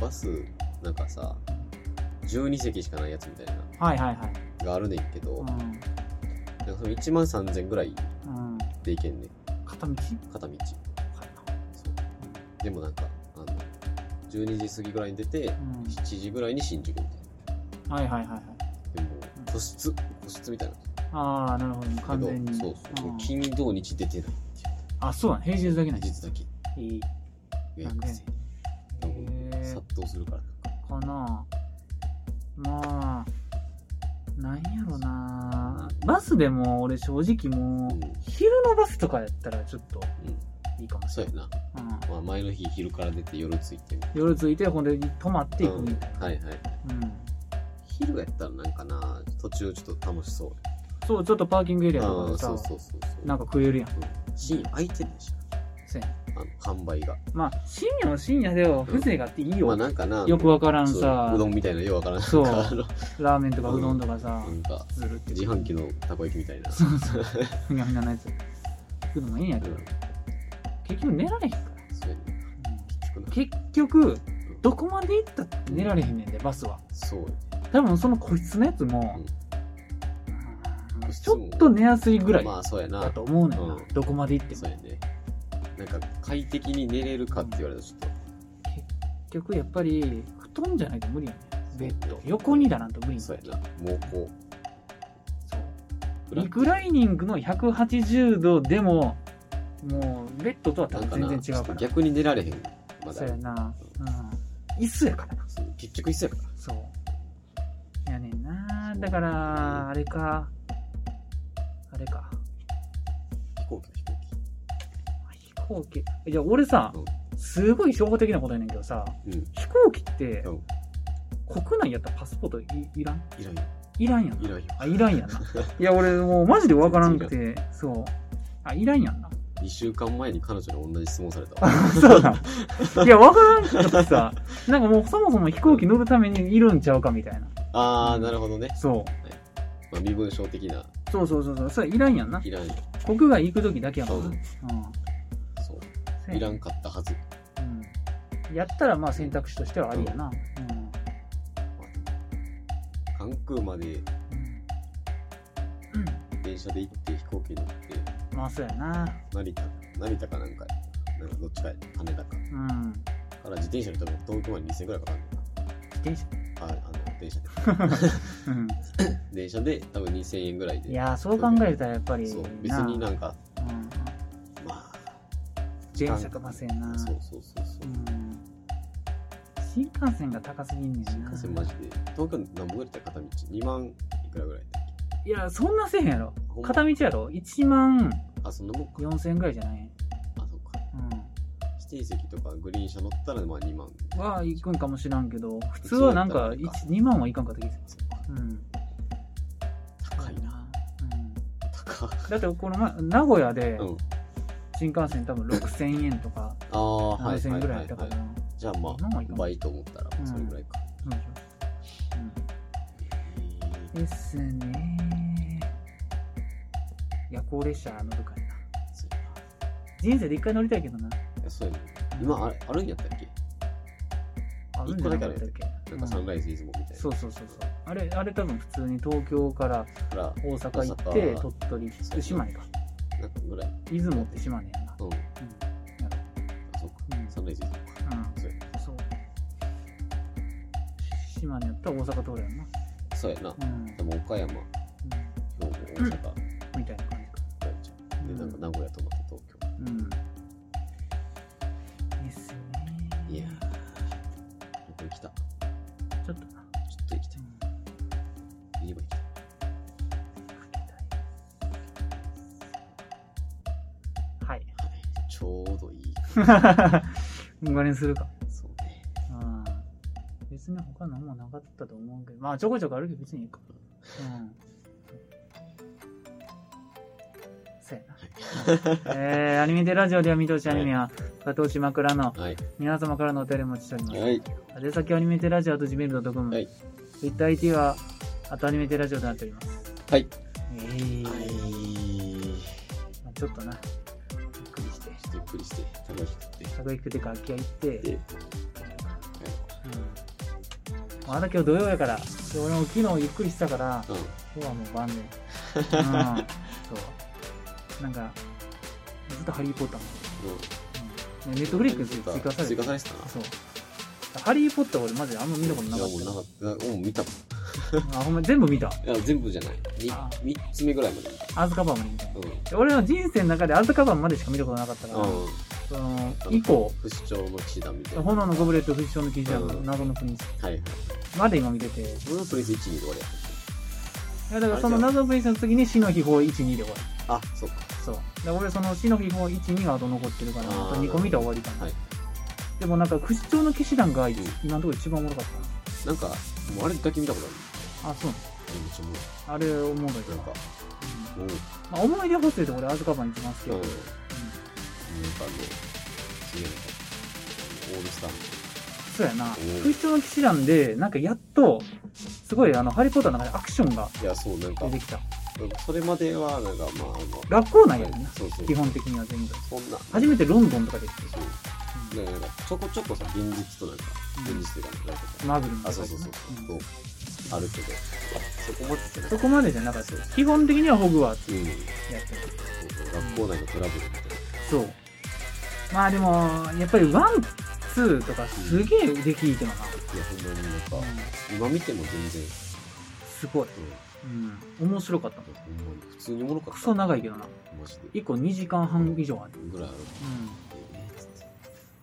Speaker 2: バスなんかさ12席しかないやつみたいな
Speaker 1: はいはいはい。
Speaker 2: のがあるねんけど、
Speaker 1: う
Speaker 2: なんか
Speaker 1: ん。
Speaker 2: その1万3000ぐらい
Speaker 1: うん。
Speaker 2: で行けんねん
Speaker 1: 片道
Speaker 2: 片道そうでもなんかあの12時過ぎぐらいに出て
Speaker 1: う
Speaker 2: 7時ぐらいに新宿み
Speaker 1: ん。
Speaker 2: たい
Speaker 1: はいはいはいはい。
Speaker 2: なでも個室個室みたいな
Speaker 1: ああ、なるほど。
Speaker 2: け
Speaker 1: 完
Speaker 2: ど
Speaker 1: 全に。
Speaker 2: そうそう
Speaker 1: うん
Speaker 2: 金土日出てないっていう
Speaker 1: あ、そうなの平日だけない
Speaker 2: 平。日だけ
Speaker 1: いい。
Speaker 2: 予約制
Speaker 1: へえ
Speaker 2: 殺到するからなん
Speaker 1: か
Speaker 2: か
Speaker 1: なまあなんやろなバスでも俺正直もう、
Speaker 2: うん
Speaker 1: 昼のバスとかやったらちょっといいかもし
Speaker 2: そう
Speaker 1: れ
Speaker 2: やな、
Speaker 1: ない、うん
Speaker 2: まあ、前の日昼から出て夜着いてみたいな
Speaker 1: 夜着いてほんで泊まっていくみたいな、
Speaker 2: うんはいはい
Speaker 1: うん
Speaker 2: 昼やったらなんかな途中ちょっと楽しそう
Speaker 1: そう、ちょっとパーキングエリアとか
Speaker 2: あ
Speaker 1: で
Speaker 2: あ、そ
Speaker 1: さ
Speaker 2: う、そうそうそう。
Speaker 1: なんか食えるやん。
Speaker 2: うん深夜空いてないし
Speaker 1: そうやね
Speaker 2: な、あの、販売が。
Speaker 1: まあ、深夜は深夜では風情があっていいよ。
Speaker 2: まあなんかな、
Speaker 1: よくわからん
Speaker 2: そう
Speaker 1: さ
Speaker 2: う、どんみたいな、ようわからん。
Speaker 1: そう
Speaker 2: なんかあの
Speaker 1: ラーメンとかうどんとかさ
Speaker 2: な、んか、
Speaker 1: ずるって。
Speaker 2: 自販機のたこ焼きみたいな。
Speaker 1: そうそう。ふにゃふにゃのやつ。食うのもいいんや
Speaker 2: う
Speaker 1: け
Speaker 2: ん
Speaker 1: ど、結局寝られへんか
Speaker 2: そうやね
Speaker 1: ら。
Speaker 2: 結局な
Speaker 1: 結局、どこまで行ったって寝られへんねんで、バスは。
Speaker 2: そうやね
Speaker 1: 多分その個室のやつも、うん
Speaker 2: ん
Speaker 1: ちょっと寝やすいぐらい
Speaker 2: まあ、そうやな。
Speaker 1: だと思うねんな、
Speaker 2: うん
Speaker 1: どこまで行っても
Speaker 2: そうやね。なんか、快適に寝れるかって言われたらちょっと。
Speaker 1: 結局やっぱり布団じゃないと無理やねベッド
Speaker 2: そう
Speaker 1: 横にだなんと無理
Speaker 2: そう
Speaker 1: ね
Speaker 2: やな。もうこう。
Speaker 1: リクライニングの180度でももうベッドとは多
Speaker 2: なんか
Speaker 1: 分
Speaker 2: な
Speaker 1: 全然違うから
Speaker 2: 逆に寝られへん。ま
Speaker 1: そ
Speaker 2: だ
Speaker 1: う。やな、うん、椅子やからな
Speaker 2: そう結局一緒やから。
Speaker 1: そうやねんな
Speaker 2: そう
Speaker 1: だからあれかあれか
Speaker 2: 飛行機は飛行
Speaker 1: 飛行機いや俺さ
Speaker 2: うん
Speaker 1: すごい初歩的なことやねんけどさ
Speaker 2: 機。うん。
Speaker 1: 飛行機って
Speaker 2: うん
Speaker 1: 国内やったらパスポートいいらん
Speaker 2: いらんよ。
Speaker 1: いらんやん
Speaker 2: いらんよ。
Speaker 1: あ、いらんやんな。いや、俺もうマジでわからんくて、そう。あ、いらんやんな。
Speaker 2: 2週間前に彼女に同じ質問されたわ。
Speaker 1: そうなん。いや、わからんくてさ、なんかもうそもそも飛行機乗るためにいるんちゃうかみたいな。
Speaker 2: あー、なるほどね。
Speaker 1: そ
Speaker 2: まあ、身分証的な。
Speaker 1: う。そうそうそうそう。それいらんやんな。
Speaker 2: いらんよ。
Speaker 1: 国外行く時だけやもんな。
Speaker 2: そう
Speaker 1: う
Speaker 2: そう。
Speaker 1: ん。
Speaker 2: いらんかったはず。
Speaker 1: うん。やったらまあ選択肢としてはありやな。うん。
Speaker 2: 関空まで
Speaker 1: うん。
Speaker 2: 電車で行って飛行機乗って、
Speaker 1: まあそうやな。
Speaker 2: 成田、成田かなんか、なんかどっちかや羽田か。
Speaker 1: うん。
Speaker 2: から自転車で多分東京まで2000円くらいかかるんだよ
Speaker 1: 自転車。
Speaker 2: な。はい、あの、電車 で。
Speaker 1: うん。
Speaker 2: 電車で多分2000円ぐらいで。
Speaker 1: いやー、そう考えたらやっぱり。
Speaker 2: そう。別になんか、
Speaker 1: うん。
Speaker 2: ま
Speaker 1: 電車とかせや
Speaker 2: あ、
Speaker 1: な。
Speaker 2: そうそうそうそうう。
Speaker 1: ん新幹線が高すぎんねんな
Speaker 2: 新幹線マジで。東京の何本ぐらいだったら片道 ?2 万いくらぐらいだっ
Speaker 1: いやそんなせえへんやろ
Speaker 2: ほんま
Speaker 1: 片道やろ1万
Speaker 2: けあ、そんなもんか。
Speaker 1: 4000円ぐらいじゃない
Speaker 2: あ、そうか。指定席とかグリーン車乗ったらまあ2万。
Speaker 1: うんは行くんかもしらんけど普通はなんか
Speaker 2: 普通だったらあれか
Speaker 1: 2万はいかんかった気がす
Speaker 2: そうか
Speaker 1: るうん
Speaker 2: 高いな。
Speaker 1: うん
Speaker 2: 高い。
Speaker 1: だってこの前名古屋で
Speaker 2: うん。
Speaker 1: 新幹線多分6000円とか
Speaker 2: ああ、はい。
Speaker 1: 7000
Speaker 2: は
Speaker 1: 円
Speaker 2: い
Speaker 1: ぐ
Speaker 2: は
Speaker 1: らいやっ
Speaker 2: い
Speaker 1: たか
Speaker 2: はい
Speaker 1: ら。
Speaker 2: じゃあま
Speaker 1: そんなもんいか
Speaker 2: あ、
Speaker 1: ん
Speaker 2: 倍と思ったら、それぐらいか。
Speaker 1: そうでしょうんですね夜行列車乗るかいな
Speaker 2: そうやな
Speaker 1: 人生で一回乗りたいけどない
Speaker 2: やそうやね。今、あれ、あるんやったっけ
Speaker 1: あるんじゃなかったっけ
Speaker 2: なんかサンライズ出雲みたいな。
Speaker 1: そうそうそうそうあれあれ多分普通に東京から
Speaker 2: から、
Speaker 1: 大阪行っ
Speaker 2: 大
Speaker 1: て
Speaker 2: 阪
Speaker 1: 鳥取福島根か
Speaker 2: なんかぐらい。
Speaker 1: 出雲って島根やんな
Speaker 2: うん。
Speaker 1: うんやろ
Speaker 2: あ、そうか。
Speaker 1: うん
Speaker 2: サンライズ出雲か。そうや
Speaker 1: うんそう島根やったら大阪通るやんな
Speaker 2: そうやな。
Speaker 1: うん、うん、
Speaker 2: でも岡山、兵庫、大阪、大
Speaker 1: みたいな感じか
Speaker 2: ちゃん。で、なんか名古屋とまた東京。
Speaker 1: うんいいっすね
Speaker 2: いやー、旅行行き
Speaker 1: ちょ
Speaker 2: た。ち
Speaker 1: っとな、
Speaker 2: ょっと行きた
Speaker 1: う
Speaker 2: い。
Speaker 1: ん
Speaker 2: 言えば行きたい。
Speaker 1: はい。
Speaker 2: はいちょうどいい。
Speaker 1: 無駄にするか。
Speaker 2: そうね。
Speaker 1: うん。別に他何もなかったと思うけど、まあちょこちょこあるけど別にいいか。うん。そうやな。えー、アニメテラジオでは見通しアニメは、加藤島倉の
Speaker 2: はい。
Speaker 1: 皆様からのお便りをお待ちしております。
Speaker 2: はい。
Speaker 1: 宛先はアニメテラジオと gmail.com。
Speaker 2: はい。
Speaker 1: TwitterIT は、あとアニメテラジオとなっております。
Speaker 2: はい。
Speaker 1: えー
Speaker 2: はい。
Speaker 1: まあちょっとな、びっくりして、
Speaker 2: ゆっくりして、楽しくて。
Speaker 1: たこ行くて楽器屋行って、
Speaker 2: で、
Speaker 1: うんまだ今日土曜やから、で俺も昨日ゆっくりしてたから、
Speaker 2: うん。
Speaker 1: 今日はもう晩で。うん、そう。なんか、ずっとハリー・ポッター
Speaker 2: う
Speaker 1: も、うん、ネットフリックスで追加され
Speaker 2: 追
Speaker 1: て
Speaker 2: 加されてたな。
Speaker 1: そう。ハリー・ポッター俺マジであんま見たことないか
Speaker 2: や
Speaker 1: っ
Speaker 2: もうなかった。もう見たも
Speaker 1: た。
Speaker 2: ん
Speaker 1: あ、ほんま全部見た。
Speaker 2: いや、全部じゃない。
Speaker 1: あ
Speaker 2: み三つ目ぐらいまで見た。
Speaker 1: アズカバンまで見たいな
Speaker 2: うん。
Speaker 1: で俺の人生の中でアズカバンまでしか見たことなかったから、
Speaker 2: うん。
Speaker 1: その、以降、
Speaker 2: 不死鳥の騎士団みたいな。はい
Speaker 1: 炎のゴブレット、不死鳥の騎士団、
Speaker 2: うん
Speaker 1: 謎のプリンス
Speaker 2: はい。
Speaker 1: まで今見てて、い
Speaker 2: 俺のプリンス1、2で終わりや
Speaker 1: やだからその謎のプリンスの次に死の秘宝1、2で終わる。
Speaker 2: あ、そうか。
Speaker 1: そう。で俺、その死の秘宝1、2があと残ってるから、
Speaker 2: あー
Speaker 1: あと2個見たら終わりかな。
Speaker 2: はい
Speaker 1: でもなんか、不死鳥の騎士団が今
Speaker 2: ん
Speaker 1: のところ一番おもろかっ
Speaker 2: なんか、もうあれだけ見たことあ
Speaker 1: たな。
Speaker 2: る。
Speaker 1: あ、そう。
Speaker 2: めっちゃもう
Speaker 1: あれおもろいか
Speaker 2: な
Speaker 1: ら
Speaker 2: んか
Speaker 1: うん
Speaker 2: もう
Speaker 1: まあ、思い出補正で俺アズカバン行きますけ
Speaker 2: 今
Speaker 1: ど、
Speaker 2: 日
Speaker 1: うん
Speaker 2: なんかあのすげえなんかオールスター
Speaker 1: そうやな
Speaker 2: お
Speaker 1: 「
Speaker 2: う
Speaker 1: 空中の騎士団」でなんかやっとすごいあの「ハリー・ポッター」の中でアクションが
Speaker 2: いやそうなんか
Speaker 1: 出てきた
Speaker 2: それまではなんかまああ
Speaker 1: 学校
Speaker 2: の
Speaker 1: 内やねんな
Speaker 2: そうそう
Speaker 1: 基本的には全部
Speaker 2: そんな
Speaker 1: 初めてロンドンとかで行って
Speaker 2: そうなんかなんかちょこちょこさ現実となんか現実というかなんか
Speaker 1: マーブルの
Speaker 2: あ
Speaker 1: 世
Speaker 2: そう
Speaker 1: 界で
Speaker 2: そう
Speaker 1: ね
Speaker 2: そう
Speaker 1: うん
Speaker 2: そうあるけどそこまでってなんか
Speaker 1: そこまでじゃなかったよ基本的にはホグワーツ
Speaker 2: うん
Speaker 1: やってる
Speaker 2: 学校内のトラブルみたいな
Speaker 1: そうまあでもやっぱりワンツーとかすげえできいいけどな、
Speaker 2: いやほんまになんか
Speaker 1: うん
Speaker 2: 今見ても全然
Speaker 1: すごい、
Speaker 2: う
Speaker 1: うん、面白かった
Speaker 2: んほんまに普通におもろかった
Speaker 1: クソ長いけどな
Speaker 2: マジで
Speaker 1: 1個2時間半以上ある、
Speaker 2: ぐらいある
Speaker 1: うん、
Speaker 2: えーつって
Speaker 1: だ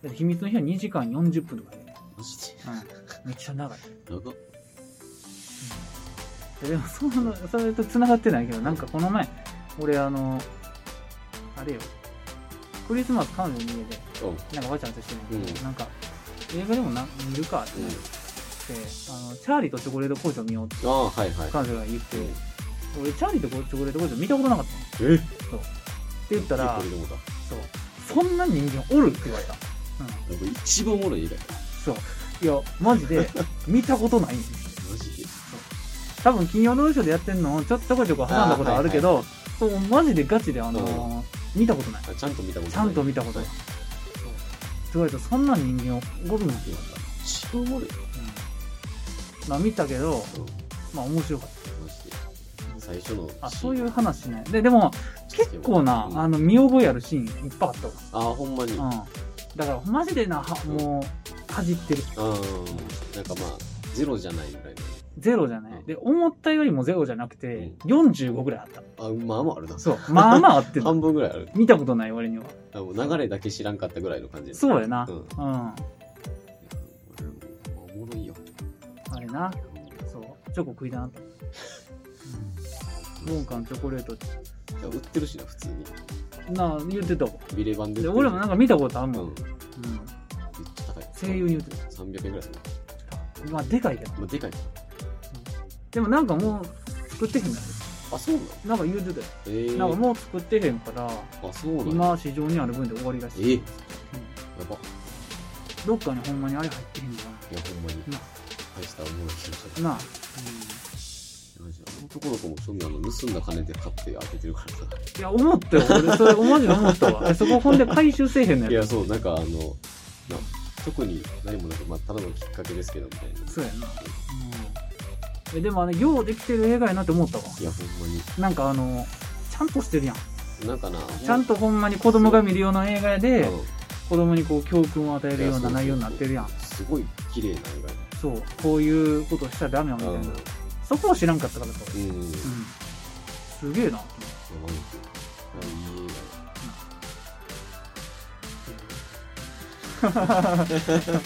Speaker 1: って秘密の日は2時間40分とかやね、
Speaker 2: マジで
Speaker 1: うん、めっちゃ長い
Speaker 2: 長っ
Speaker 1: でもそのそれと繋がってないけどなんかこの前俺あのあれよクリスマス彼女の家で
Speaker 2: うん
Speaker 1: なんかわちゃわちゃしてるんだけど、
Speaker 2: うん
Speaker 1: なんか映画でもな見るかってなって、あのチャーリーとチョコレート工場見ようって
Speaker 2: ああはいはい
Speaker 1: 彼女が言って、
Speaker 2: うん
Speaker 1: 俺チャーリーとチョコレート工場見たことなかったのって
Speaker 2: えっ
Speaker 1: 言ったら
Speaker 2: これでもだ
Speaker 1: そうそんな人間おるって言われた、うん、
Speaker 2: なんか一番おもろい以来
Speaker 1: そういやマジで見たことないん ですよ
Speaker 2: マジで
Speaker 1: 多分金曜ロードショーでやってんのをちょちょこちょこ挟んだことあるけど、そうマジでガチであのー見たことない
Speaker 2: あちゃんと見たこと
Speaker 1: ちゃんと見たこと
Speaker 2: な
Speaker 1: ないい、すごいとそんな人間をゴルフって言われ
Speaker 2: 一番おもろいよ
Speaker 1: た、まあ見たけど
Speaker 2: うん
Speaker 1: まあ面白かっ
Speaker 2: マジで最初の
Speaker 1: たあそういう話しないででも結構な、
Speaker 2: うん
Speaker 1: あの見覚えあるシーンいっぱいあったわ
Speaker 2: あほんまに
Speaker 1: うんだからマジでなはもうかじってる
Speaker 2: うんなんかまあゼロじゃないぐらい
Speaker 1: ゼロじゃない、
Speaker 2: うん
Speaker 1: で思ったよりもゼロじゃなくて、45ぐらいあった
Speaker 2: のあまあまああるな
Speaker 1: そうまあまああってんの
Speaker 2: 半分ぐらいある
Speaker 1: 見たことない割には
Speaker 2: あもう流れだけ知らんかったぐらいの感じ
Speaker 1: そうやな
Speaker 2: うんいや
Speaker 1: うんあ
Speaker 2: おもろいよ
Speaker 1: れな
Speaker 2: う
Speaker 1: そうチョコ食いだなと文化のチョコレートって
Speaker 2: んいや売ってるしな普通に
Speaker 1: なあ言ってたわ
Speaker 2: ビレ版で売って
Speaker 1: で
Speaker 2: る
Speaker 1: 俺もなんか見たことある
Speaker 2: う
Speaker 1: もん、うんん
Speaker 2: めっちゃ高い
Speaker 1: 声優に言って
Speaker 2: 300円ぐらいするな
Speaker 1: たまあでかいけど
Speaker 2: まあでかいな
Speaker 1: でもなんかもう作ってへんだよ
Speaker 2: あそうな
Speaker 1: な
Speaker 2: の
Speaker 1: んか言うてたよ、
Speaker 2: えー、
Speaker 1: なんかもう作ってへんから
Speaker 2: あそうなの
Speaker 1: 今市場にある分で終わりら
Speaker 2: え
Speaker 1: しい、
Speaker 2: ー、やば
Speaker 1: どっかにほんまにあれ入ってへんのか
Speaker 2: いやほんまに
Speaker 1: な
Speaker 2: 大した思いしました
Speaker 1: ななあ、
Speaker 2: マジあの男の子もそんなの盗んだ金で買って開けてるからさ
Speaker 1: いや思ったよ俺それマジで思った わえそこほんで回収せえへんの
Speaker 2: い
Speaker 1: や
Speaker 2: やそうなんかあのな特に何もなくまあただのきっかけですけどみたいな
Speaker 1: そうやな、うん、えでもあのようできてる映画やなって思ったわ
Speaker 2: いやほんまに
Speaker 1: なんかあのちゃんとしてるやん
Speaker 2: なんかな
Speaker 1: ちゃんとほんまに子供が見るような映画や
Speaker 2: うん
Speaker 1: で子供にこう教訓を与えるような内容になってるやん
Speaker 2: すごい綺麗な映画や
Speaker 1: そうこういうことしたらダメよみたいなそこは知らんかったからさ
Speaker 2: うんう
Speaker 1: 俺う
Speaker 2: んいや
Speaker 1: んすげえな
Speaker 2: マジであいい映画や